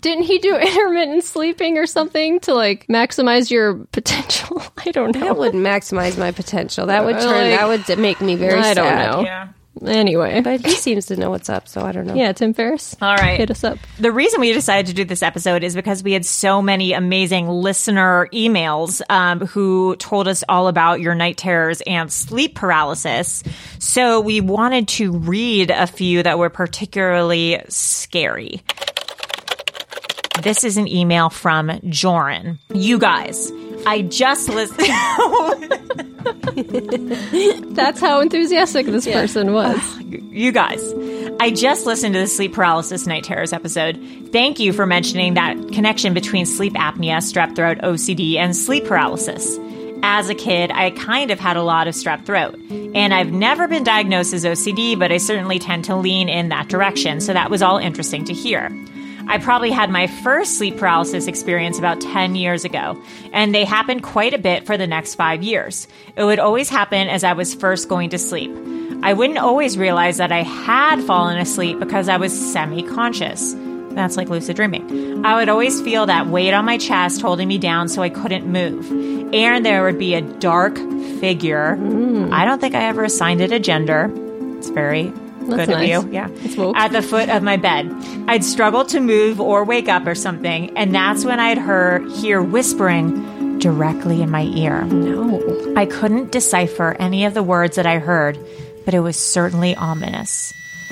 [SPEAKER 2] Didn't he do intermittent sleeping or something to like maximize your potential? I don't know.
[SPEAKER 9] That would maximize my potential. That would turn.
[SPEAKER 2] Like-
[SPEAKER 9] that would d- make me very.
[SPEAKER 2] I don't
[SPEAKER 9] sad.
[SPEAKER 2] know.
[SPEAKER 1] Yeah.
[SPEAKER 2] Anyway,
[SPEAKER 9] but he seems to know what's up, so I don't know.
[SPEAKER 2] Yeah, Tim Ferriss.
[SPEAKER 1] All right.
[SPEAKER 2] Hit us up.
[SPEAKER 1] The reason we decided to do this episode is because we had so many amazing listener emails um, who told us all about your night terrors and sleep paralysis. So we wanted to read a few that were particularly scary. This is an email from Joran. You guys, I just listened.
[SPEAKER 2] That's how enthusiastic this
[SPEAKER 1] Yeah.
[SPEAKER 2] person was.
[SPEAKER 1] you guys, I just listened to the sleep paralysis night terrors episode. Thank you for mentioning that connection between sleep apnea, strep throat, OCD, and sleep paralysis. As a kid, I kind of had a lot of strep throat, and I've never been diagnosed as OCD, but I certainly tend to lean in that direction, so that was all interesting to hear. I probably had my first sleep paralysis experience about 10 years ago, and they happened quite a bit for the next five years. It would always happen as I was first going to sleep. I wouldn't always realize that I had fallen asleep because I was semi conscious. That's like lucid dreaming. I would always feel that weight on my chest holding me down so I couldn't move. And there would be a dark figure.
[SPEAKER 2] Mm.
[SPEAKER 1] I don't think I ever assigned it a gender. It's very
[SPEAKER 2] That's
[SPEAKER 1] good
[SPEAKER 2] nice.
[SPEAKER 1] of you. Yeah. At the foot of my bed. I'd struggle to move or wake up or something, and that's when I'd hear hear whispering directly in my ear. No. I couldn't decipher any of the words that I heard, but it was certainly ominous.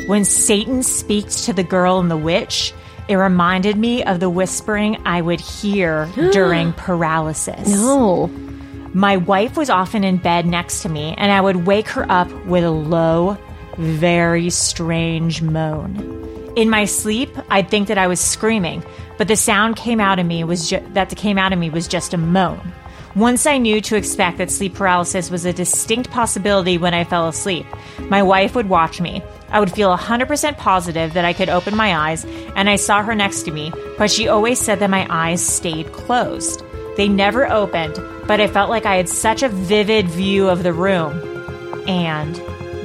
[SPEAKER 1] When Satan speaks to the girl and the witch, it reminded me of the whispering I would hear during paralysis.
[SPEAKER 2] No.
[SPEAKER 1] My wife was often in bed next to me, and I would wake her up with a low, very strange moan. In my sleep, I'd think that I was screaming, but the sound came out of me was ju- that came out of me was just a moan. Once I knew to expect that sleep paralysis was a distinct possibility when I fell asleep, my wife would watch me. I would feel 100% positive that I could open my eyes, and I saw her next to me, but she always said that my eyes stayed closed. They never opened, but I felt like I had such a vivid view of the room and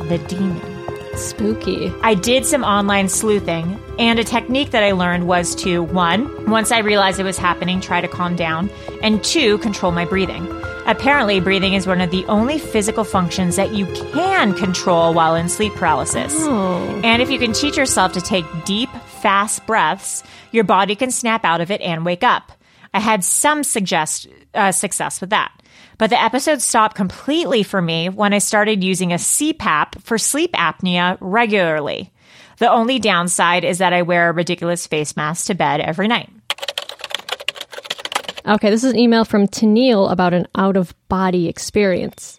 [SPEAKER 1] the demon.
[SPEAKER 2] Spooky.
[SPEAKER 1] I did some online sleuthing, and a technique that I learned was to one, once I realized it was happening, try to calm down, and two, control my breathing. Apparently, breathing is one of the only physical functions that you can control while in sleep paralysis. And if you can teach yourself to take deep, fast breaths, your body can snap out of it and wake up. I had some suggest, uh, success with that. But the episode stopped completely for me when I started using a CPAP for sleep apnea regularly. The only downside is that I wear a ridiculous face mask to bed every night.
[SPEAKER 2] Okay, this is an email from Tennille about an out of body experience.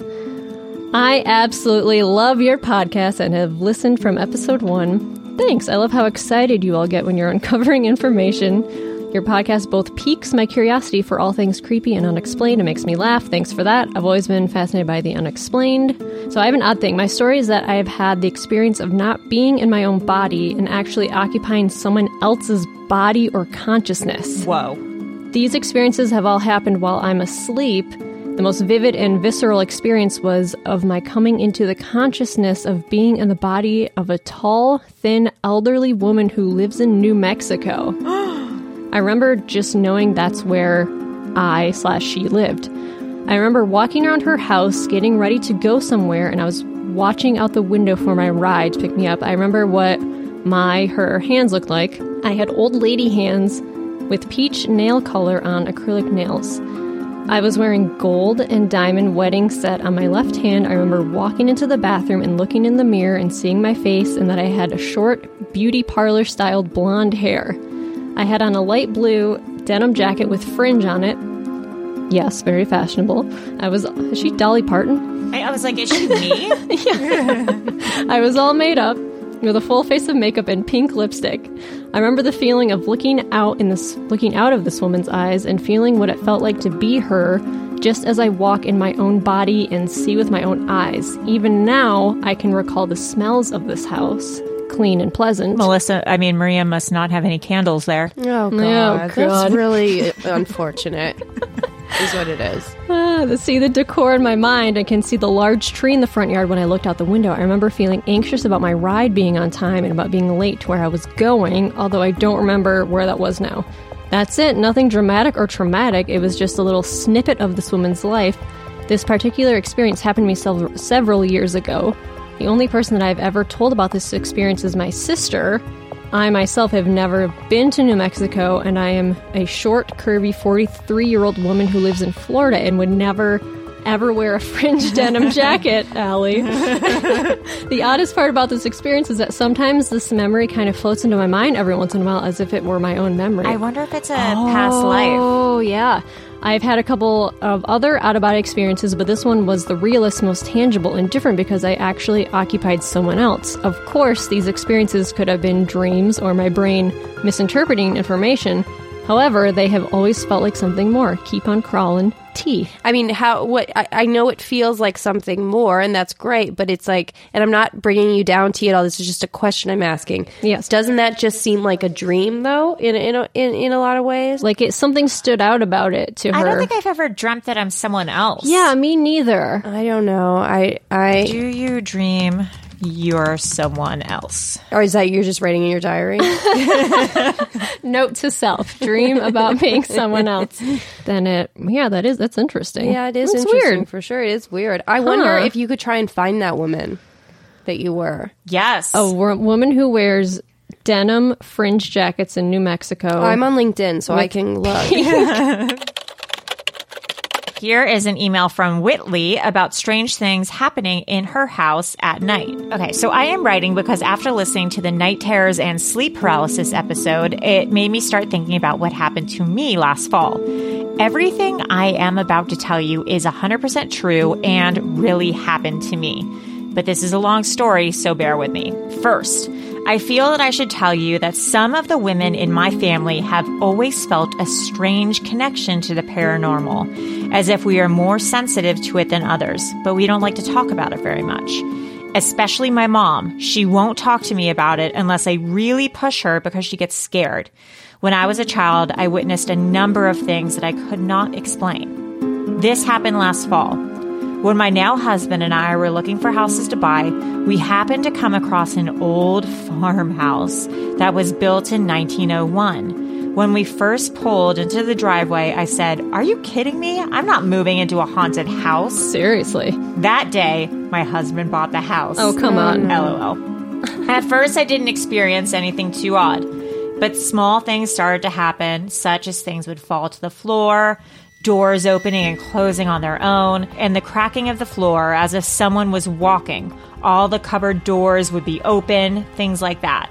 [SPEAKER 2] I absolutely love your podcast and have listened from episode one. Thanks. I love how excited you all get when you're uncovering information. Your podcast both piques my curiosity for all things creepy and unexplained and makes me laugh. Thanks for that. I've always been fascinated by the unexplained. So, I have an odd thing. My story is that I have had the experience of not being in my own body and actually occupying someone else's body or consciousness.
[SPEAKER 1] Whoa.
[SPEAKER 2] These experiences have all happened while I'm asleep. The most vivid and visceral experience was of my coming into the consciousness of being in the body of a tall, thin, elderly woman who lives in New Mexico. I remember just knowing that's where I slash she lived. I remember walking around her house, getting ready to go somewhere, and I was watching out the window for my ride to pick me up. I remember what my her hands looked like. I had old lady hands with peach nail color on acrylic nails. I was wearing gold and diamond wedding set on my left hand. I remember walking into the bathroom and looking in the mirror and seeing my face, and that I had a short, beauty parlor styled blonde hair. I had on a light blue denim jacket with fringe on it. Yes, very fashionable. I was. Is she Dolly Parton?
[SPEAKER 1] I, I was like, is she me?
[SPEAKER 2] I was all made up with a full face of makeup and pink lipstick. I remember the feeling of looking out in this looking out of this woman's eyes and feeling what it felt like to be her just as I walk in my own body and see with my own eyes. Even now, I can recall the smells of this house, clean and pleasant.
[SPEAKER 1] Melissa, I mean, Maria must not have any candles there.
[SPEAKER 2] Oh,
[SPEAKER 3] God, that's really
[SPEAKER 2] unfortunate.
[SPEAKER 3] is what it is.
[SPEAKER 2] Ah, to see the decor in my mind, I can see the large tree in the front yard when I looked out the window. I remember feeling anxious about my ride being on time and about being late to where I was going, although I don't remember where that was now. That's it, nothing dramatic or traumatic. It was just a little snippet of this woman's life. This particular experience happened to me sev- several years ago. The only person that I've ever told about this experience is my sister. I myself have never been to New Mexico, and I am a short, curvy 43 year old woman who lives in Florida and would never ever wear a fringe denim jacket, Allie. the oddest part about this experience is that sometimes this memory kind of floats into my mind every once in a while as if it were my own memory.
[SPEAKER 1] I wonder if it's a past life.
[SPEAKER 2] Oh, yeah. I've had a couple of other out of body experiences, but this one was the realest, most tangible, and different because I actually occupied someone else. Of course, these experiences could have been dreams or my brain misinterpreting information. However, they have always felt like something more. Keep on crawling, T.
[SPEAKER 9] I mean, how? What? I, I know it feels like something more, and that's great. But it's like, and I'm not bringing you down to you at all. This is just a question I'm asking.
[SPEAKER 2] Yes.
[SPEAKER 9] Doesn't that just seem like a dream though? In in a, in, in a lot of ways.
[SPEAKER 2] Like it, something stood out about it to her.
[SPEAKER 1] I don't think I've ever dreamt that I'm someone else.
[SPEAKER 2] yeah, me neither.
[SPEAKER 9] I don't know. I I
[SPEAKER 1] Do you dream you're someone else?
[SPEAKER 9] or is that you're just writing in your diary?
[SPEAKER 2] Note to self: dream about being someone else. Then it, yeah, that is that's interesting.
[SPEAKER 9] yeah, it is
[SPEAKER 2] That's
[SPEAKER 9] interesting
[SPEAKER 2] weird.
[SPEAKER 9] for sure. It is weird. I wonder
[SPEAKER 2] Huh.
[SPEAKER 9] if you could try and find that woman that you were.
[SPEAKER 1] Yes.
[SPEAKER 2] A wo- woman who wears denim fringe jackets in New Mexico.
[SPEAKER 9] I'm on LinkedIn, so I can look.
[SPEAKER 1] Here is an email from Whitley about strange things happening in her house at night. Okay, so I am writing because after listening to the night terrors and sleep paralysis episode, it made me start thinking about what happened to me last fall. Everything I am about to tell you is 100% true and really happened to me. But this is a long story, so bear with me. First, I feel that I should tell you that some of the women in my family have always felt a strange connection to the paranormal, as if we are more sensitive to it than others, but we don't like to talk about it very much especially my mom. She won't talk to me about it unless I really push her because she gets scared. When I was a child, I witnessed a number of things that I could not explain. This happened last fall. When my now husband and I were looking for houses to buy, we happened to come across an old farmhouse that was built in 1901. When we first pulled into the driveway, I said, Are you kidding me? I'm not moving into a haunted house.
[SPEAKER 2] Seriously.
[SPEAKER 1] That day, my husband bought the house.
[SPEAKER 2] Oh, come on.
[SPEAKER 1] LOL. At first, I didn't experience anything too odd, but small things started to happen, such as things would fall to the floor, doors opening and closing on their own, and the cracking of the floor as if someone was walking. All the cupboard doors would be open, things like that.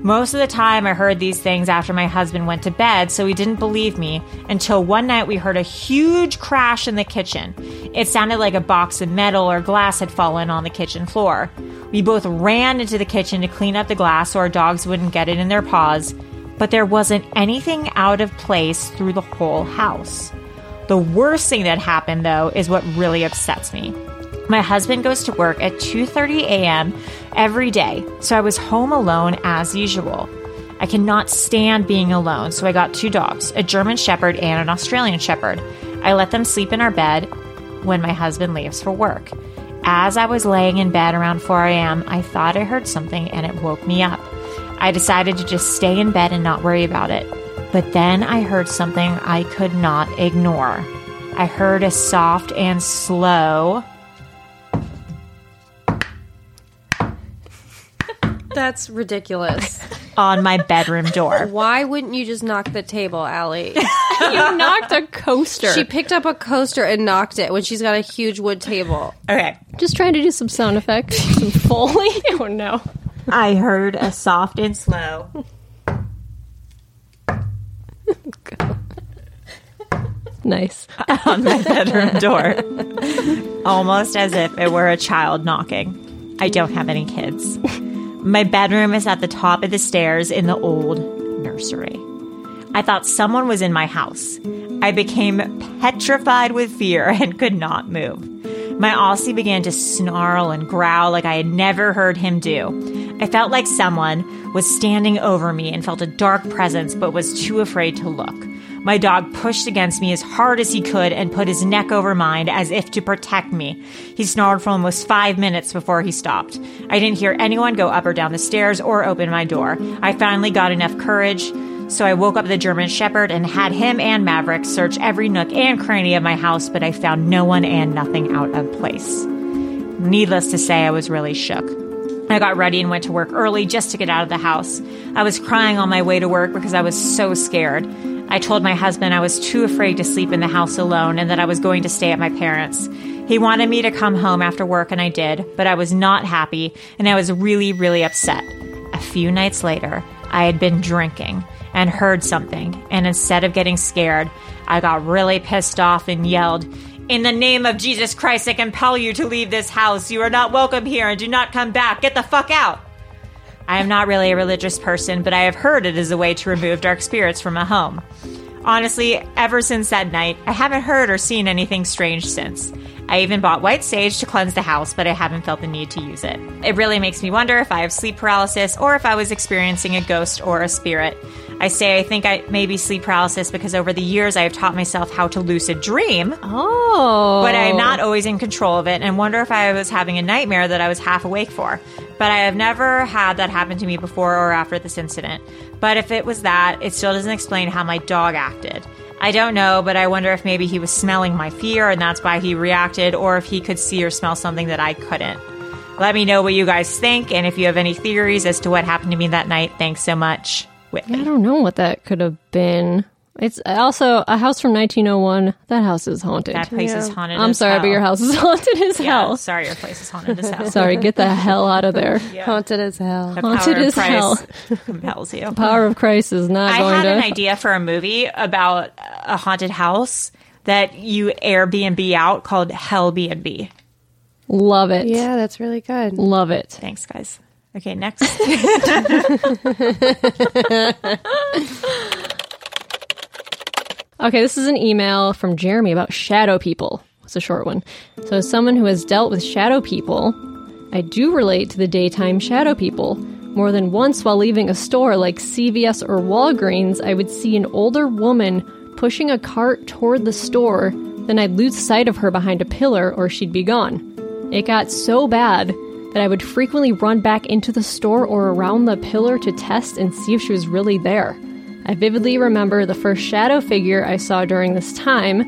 [SPEAKER 1] Most of the time, I heard these things after my husband went to bed, so he didn't believe me until one night we heard a huge crash in the kitchen. It sounded like a box of metal or glass had fallen on the kitchen floor. We both ran into the kitchen to clean up the glass so our dogs wouldn't get it in their paws, but there wasn't anything out of place through the whole house. The worst thing that happened though is what really upsets me. My husband goes to work at 2:30 a.m. every day, so I was home alone as usual. I cannot stand being alone, so I got two dogs, a German shepherd and an Australian shepherd. I let them sleep in our bed when my husband leaves for work. As I was laying in bed around 4 a.m., I thought I heard something and it woke me up. I decided to just stay in bed and not worry about it. But then I heard something I could not ignore. I heard a soft and slow.
[SPEAKER 9] That's ridiculous.
[SPEAKER 1] on my bedroom door.
[SPEAKER 9] Why wouldn't you just knock the table, Allie?
[SPEAKER 2] you knocked a coaster.
[SPEAKER 9] She picked up a coaster and knocked it when she's got a huge wood table.
[SPEAKER 1] Okay.
[SPEAKER 2] Just trying to do some sound effects, some foley. Oh no.
[SPEAKER 1] I heard a soft and slow.
[SPEAKER 2] Nice.
[SPEAKER 1] on my bedroom door, almost as if it were a child knocking. I don't have any kids. My bedroom is at the top of the stairs in the old nursery. I thought someone was in my house. I became petrified with fear and could not move. My Aussie began to snarl and growl like I had never heard him do. I felt like someone was standing over me and felt a dark presence but was too afraid to look. My dog pushed against me as hard as he could and put his neck over mine as if to protect me. He snarled for almost five minutes before he stopped. I didn't hear anyone go up or down the stairs or open my door. I finally got enough courage. So I woke up the German Shepherd and had him and Maverick search every nook and cranny of my house, but I found no one and nothing out of place. Needless to say, I was really shook. I got ready and went to work early just to get out of the house. I was crying on my way to work because I was so scared. I told my husband I was too afraid to sleep in the house alone and that I was going to stay at my parents'. He wanted me to come home after work, and I did, but I was not happy and I was really, really upset. A few nights later, I had been drinking and heard something, and instead of getting scared, I got really pissed off and yelled, in the name of Jesus Christ, I compel you to leave this house. You are not welcome here and do not come back. Get the fuck out. I am not really a religious person, but I have heard it is a way to remove dark spirits from a home. Honestly, ever since that night, I haven't heard or seen anything strange since. I even bought white sage to cleanse the house, but I haven't felt the need to use it. It really makes me wonder if I have sleep paralysis or if I was experiencing a ghost or a spirit. I say I think I may be sleep paralysis because over the years I have taught myself how to lucid dream.
[SPEAKER 2] Oh.
[SPEAKER 1] But I am not always in control of it and wonder if I was having a nightmare that I was half awake for. But I have never had that happen to me before or after this incident. But if it was that, it still doesn't explain how my dog acted. I don't know, but I wonder if maybe he was smelling my fear and that's why he reacted, or if he could see or smell something that I couldn't. Let me know what you guys think and if you have any theories as to what happened to me that night. Thanks so much.
[SPEAKER 2] I don't know what that could have been. It's also a house from 1901. That house is haunted.
[SPEAKER 1] That place is haunted.
[SPEAKER 2] I'm
[SPEAKER 1] as
[SPEAKER 2] sorry,
[SPEAKER 1] hell.
[SPEAKER 2] but your house is haunted as
[SPEAKER 1] Yeah,
[SPEAKER 2] hell.
[SPEAKER 1] Sorry, your place is haunted as hell.
[SPEAKER 2] Sorry, get the hell out of there.
[SPEAKER 3] Haunted as hell.
[SPEAKER 1] The
[SPEAKER 2] Haunted
[SPEAKER 1] power of
[SPEAKER 2] as
[SPEAKER 1] Christ
[SPEAKER 2] hell.
[SPEAKER 1] compels you.
[SPEAKER 2] The power of Christ is not
[SPEAKER 1] I
[SPEAKER 2] going
[SPEAKER 1] had
[SPEAKER 2] to.
[SPEAKER 1] an idea for a movie about a haunted house that you Airbnb out called Hell B and B.
[SPEAKER 2] Love it.
[SPEAKER 3] Yeah, that's really good.
[SPEAKER 2] Love it.
[SPEAKER 1] Thanks, guys. Okay, next.
[SPEAKER 2] Okay, this is an email from Jeremy about shadow people. It's a short one. So, as someone who has dealt with shadow people, I do relate to the daytime shadow people. More than once while leaving a store like CVS or Walgreens, I would see an older woman pushing a cart toward the store, then I'd lose sight of her behind a pillar or she'd be gone. It got so bad that I would frequently run back into the store or around the pillar to test and see if she was really there. I vividly remember the first shadow figure I saw during this time.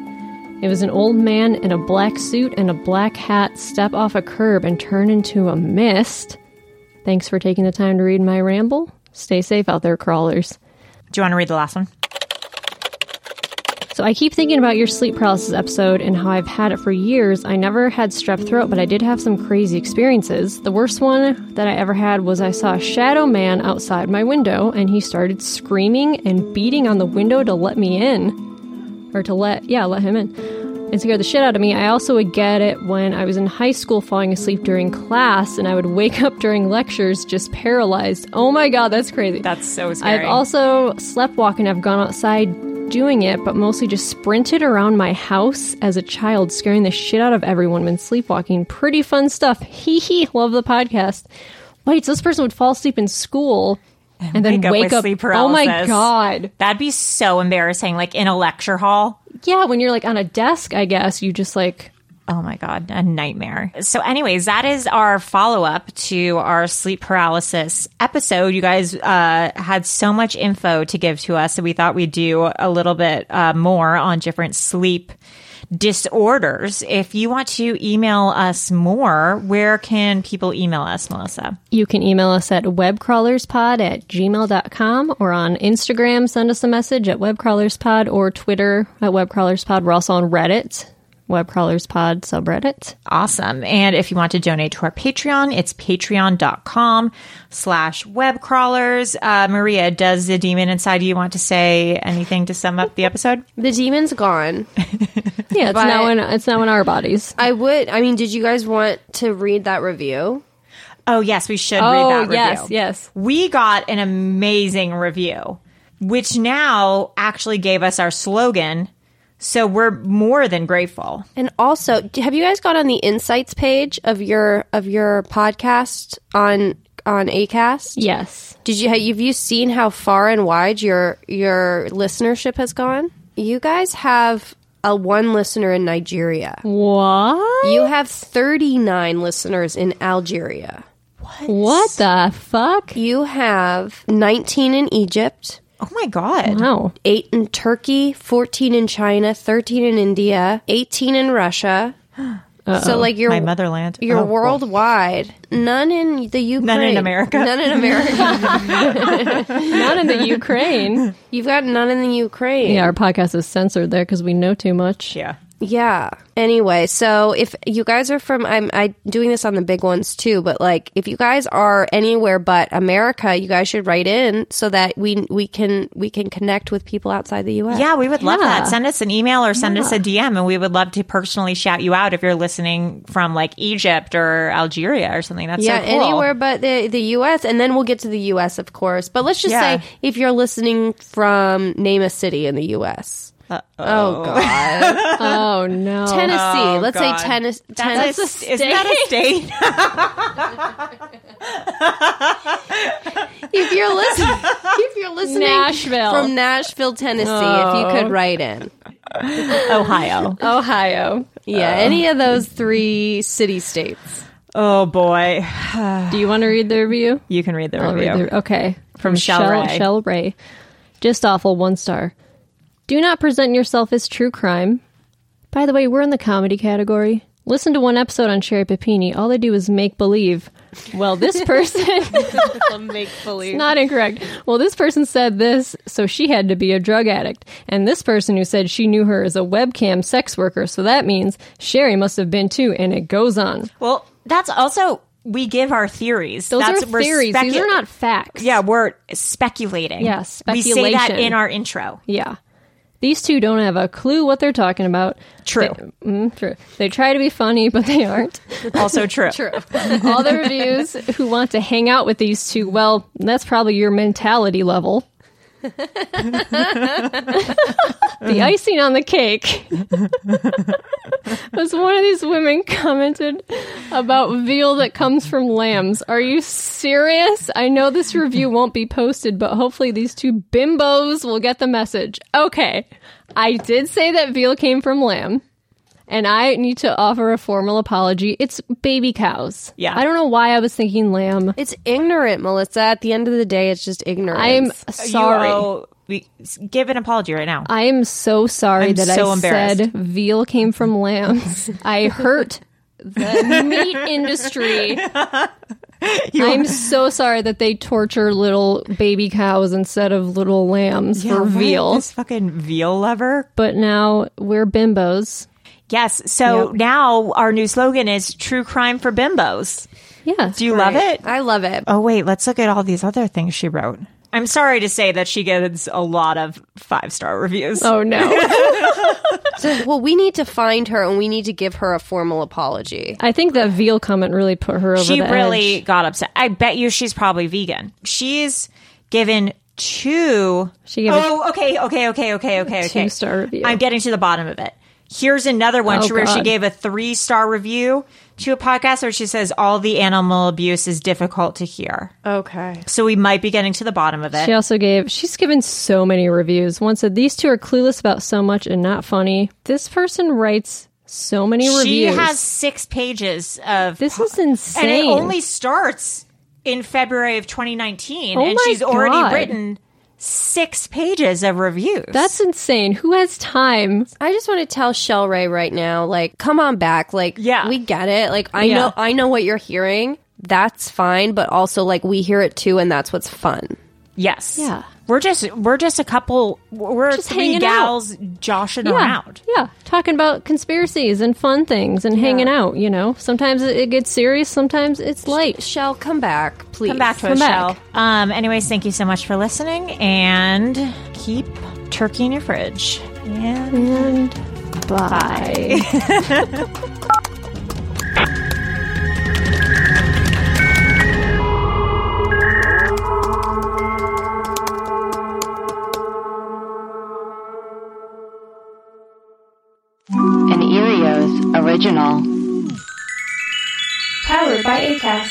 [SPEAKER 2] It was an old man in a black suit and a black hat step off a curb and turn into a mist. Thanks for taking the time to read my ramble. Stay safe out there, crawlers.
[SPEAKER 1] Do you want to read the last one?
[SPEAKER 2] So I keep thinking about your sleep paralysis episode and how I've had it for years. I never had strep throat, but I did have some crazy experiences. The worst one that I ever had was I saw a shadow man outside my window and he started screaming and beating on the window to let me in. Or to let, yeah, let him in. It scared the shit out of me. I also would get it when I was in high school falling asleep during class and I would wake up during lectures just paralyzed. Oh my god, that's crazy.
[SPEAKER 1] That's so scary.
[SPEAKER 2] I've also slept walking. I've gone outside doing it, but mostly just sprinted around my house as a child, scaring the shit out of everyone when sleepwalking. Pretty fun stuff. Hee hee. Love the podcast. Wait, so this person would fall asleep in school and, then wake
[SPEAKER 1] with
[SPEAKER 2] up.
[SPEAKER 1] sleep
[SPEAKER 2] oh my
[SPEAKER 1] paralysis.
[SPEAKER 2] god.
[SPEAKER 1] That'd be so embarrassing. Like in a lecture hall.
[SPEAKER 2] Yeah, when you're like on a desk, I guess you just like.
[SPEAKER 1] Oh my god, a nightmare. So, anyways, that is our follow up to our sleep paralysis episode. You guys uh, had so much info to give to us, so we thought we'd do a little bit uh, more on different sleep disorders. If you want to email us more, where can people email us, Melissa?
[SPEAKER 2] You can email us at webcrawlerspod at gmail.com or on Instagram, send us a message at webcrawlerspod or Twitter at webcrawlerspod. We're also on Reddit, webcrawlerspod subreddit.
[SPEAKER 1] Awesome. And if you want to donate to our Patreon, it's patreon.com slash webcrawlers. Uh, Maria, does the demon inside you want to say anything to sum up the episode?
[SPEAKER 9] The demon's gone.
[SPEAKER 2] yeah, it's now in it's now in our bodies.
[SPEAKER 9] I would. I mean, did you guys want to read that review?
[SPEAKER 1] Oh yes, we should
[SPEAKER 9] Oh,
[SPEAKER 1] read that
[SPEAKER 9] yes,
[SPEAKER 1] review.
[SPEAKER 2] yes.
[SPEAKER 1] We got an amazing review, which now actually gave us our slogan. So we're more than grateful.
[SPEAKER 9] And also, d- have you guys gone on the insights page of your of your podcast on on Acast?
[SPEAKER 2] Yes.
[SPEAKER 9] Did you have you seen how far and wide your your listenership has gone? You guys have a one listener in Nigeria.
[SPEAKER 2] What?
[SPEAKER 9] You have 39 listeners in Algeria. What?
[SPEAKER 2] What the fuck?
[SPEAKER 9] You have 19 in Egypt.
[SPEAKER 1] Oh my god.
[SPEAKER 2] Wow.
[SPEAKER 9] 8 in Turkey, 14 in China, 13 in India, 18 in Russia, So like your
[SPEAKER 1] my motherland,
[SPEAKER 9] your
[SPEAKER 1] Oh, well.
[SPEAKER 9] worldwide, none in the Ukraine,
[SPEAKER 1] None in America.
[SPEAKER 9] none in America,
[SPEAKER 2] None in the Ukraine.
[SPEAKER 9] You've got none in the Ukraine.
[SPEAKER 2] Yeah, our podcast is censored there because we know too much. Yeah.
[SPEAKER 9] Yeah. Anyway, so if you guys are from, I'm I doing this on the big ones too, but like if you guys are anywhere but America, you guys should write in so that we we can we can connect with people outside the U.S.
[SPEAKER 1] Yeah, we would love that. Send us an email or send us a DM, and we would love to personally shout you out if you're listening from like Egypt or Algeria or something. That's
[SPEAKER 9] yeah,
[SPEAKER 1] so cool.
[SPEAKER 9] anywhere but the the U.S. And then we'll get to the U.S. of course. But let's just
[SPEAKER 1] Yeah.
[SPEAKER 9] say if you're listening from name a city in the U.S. Oh God!
[SPEAKER 2] oh no!
[SPEAKER 9] Tennessee.
[SPEAKER 2] Oh,
[SPEAKER 9] let's
[SPEAKER 2] God.
[SPEAKER 9] say Tennessee.
[SPEAKER 2] That's a
[SPEAKER 9] Tennessee.
[SPEAKER 2] s- isn't that a state?
[SPEAKER 9] if you're listening, if you're listening
[SPEAKER 2] Nashville.
[SPEAKER 9] from Nashville, Tennessee, if you
[SPEAKER 2] Oh.
[SPEAKER 9] could write in
[SPEAKER 1] Ohio.
[SPEAKER 2] Ohio.
[SPEAKER 9] Yeah, any of those three city states.
[SPEAKER 1] Oh boy.
[SPEAKER 2] Do you want to read the review?
[SPEAKER 1] You can read the
[SPEAKER 2] I'll read
[SPEAKER 1] review.
[SPEAKER 2] the- Oh, okay.
[SPEAKER 1] From Shell Ray.
[SPEAKER 2] Shell Ray. Just awful, one star. Do not present yourself as true crime. By the way, we're in the comedy category. Listen to one episode on Sherry Papini. All they do is make believe. Well, this person
[SPEAKER 3] make believe.
[SPEAKER 2] It's not incorrect. Well, this person said this, so she had to be a drug addict. And this person who said she knew her as a webcam sex worker, so that means Sherry must have been too, and it goes on.
[SPEAKER 1] Well, that's also we give our theories.
[SPEAKER 2] Those
[SPEAKER 1] that's,
[SPEAKER 2] are theories. These are not facts.
[SPEAKER 1] Yeah, we're speculating.
[SPEAKER 2] Yeah,
[SPEAKER 1] We say that
[SPEAKER 2] speculation.
[SPEAKER 1] in our intro.
[SPEAKER 2] Yeah. These two don't have a clue what they're talking about.
[SPEAKER 1] True.
[SPEAKER 2] They, mm, true. They try to be funny, but they aren't.
[SPEAKER 1] Also true.
[SPEAKER 2] true. All the reviews who want to hang out with these two, well, that's probably your mentality level. the icing on the cake was one of these women commented about veal that comes from lambs. Are you serious? I know this review won't be posted, but hopefully these two bimbos will get the message. Okay, I did say that veal came from lamb. And I need to offer a formal apology. It's baby cows.
[SPEAKER 9] Yeah.
[SPEAKER 2] I don't know why I was thinking lamb.
[SPEAKER 9] It's ignorant, Melissa. At the end of the day, it's just ignorance.
[SPEAKER 2] I'm sorry. Uh,
[SPEAKER 1] You owe- we give an apology right now.
[SPEAKER 2] I am so sorry
[SPEAKER 1] I'm
[SPEAKER 2] that
[SPEAKER 1] so
[SPEAKER 2] I
[SPEAKER 1] embarrassed.
[SPEAKER 2] said veal came from lambs. I hurt the meat industry. I'm so sorry that they torture little baby cows instead of little lambs
[SPEAKER 1] Yeah,
[SPEAKER 2] for
[SPEAKER 1] right?
[SPEAKER 2] veal.
[SPEAKER 1] This fucking veal lover.
[SPEAKER 2] But now we're bimbos.
[SPEAKER 1] Yes. So
[SPEAKER 2] Yep.
[SPEAKER 1] now our new slogan is true crime for bimbos.
[SPEAKER 2] Yeah.
[SPEAKER 1] Do you love it?
[SPEAKER 9] I love it.
[SPEAKER 1] Oh, wait. Let's look at all these other things she wrote. I'm sorry to say that she gets a lot of five star reviews.
[SPEAKER 2] Oh, no.
[SPEAKER 9] So, well, we need to find her and we need to give her a formal apology.
[SPEAKER 2] I think that veal comment really put her over
[SPEAKER 1] she
[SPEAKER 2] the
[SPEAKER 1] really
[SPEAKER 2] edge.
[SPEAKER 1] got upset. I bet you she's probably vegan. She's given two. She
[SPEAKER 2] gave a-
[SPEAKER 1] oh, okay, okay, okay, okay, okay, okay.
[SPEAKER 2] Two-star review.
[SPEAKER 1] I'm getting to the bottom of it. Here's another one
[SPEAKER 2] Oh,
[SPEAKER 1] to where she
[SPEAKER 2] God.
[SPEAKER 1] gave a three star review to a podcast where she says all the animal abuse is difficult to hear.
[SPEAKER 9] Okay.
[SPEAKER 1] So we might be getting to the bottom of it.
[SPEAKER 2] She also gave, she's given so many reviews. One said, These two are clueless about so much and not funny. This person writes so many
[SPEAKER 1] she
[SPEAKER 2] reviews.
[SPEAKER 1] has six pages of
[SPEAKER 2] this is
[SPEAKER 1] and it
[SPEAKER 2] insane.
[SPEAKER 1] only starts in February of 2019,
[SPEAKER 2] Oh
[SPEAKER 1] and
[SPEAKER 2] my
[SPEAKER 1] she's already
[SPEAKER 2] God.
[SPEAKER 1] written six pages of reviews.
[SPEAKER 2] That's insane. Who has time?
[SPEAKER 9] I just want to tell Shell Ray right now, like, come on back. Like, yeah. we get it. Like, I
[SPEAKER 2] Yeah.
[SPEAKER 9] know, I know what you're hearing. That's fine, but also like we hear it too, and that's what's fun.
[SPEAKER 1] Yes. Yeah. We're just we're just a couple. We're
[SPEAKER 2] Just
[SPEAKER 1] three
[SPEAKER 2] hanging
[SPEAKER 1] gals joshing
[SPEAKER 2] yeah,
[SPEAKER 1] around.
[SPEAKER 2] Yeah, talking about conspiracies and fun things and hanging out, you know. Sometimes it it gets serious, sometimes it's light.
[SPEAKER 9] Shell, come back, please.
[SPEAKER 1] Come back to
[SPEAKER 2] Come
[SPEAKER 1] us,
[SPEAKER 2] back.
[SPEAKER 1] Shell. Um. Anyways, thank you so much for listening, and keep turkey in your fridge. And,
[SPEAKER 2] bye.
[SPEAKER 15] An Erios original.
[SPEAKER 8] Powered by ACAST.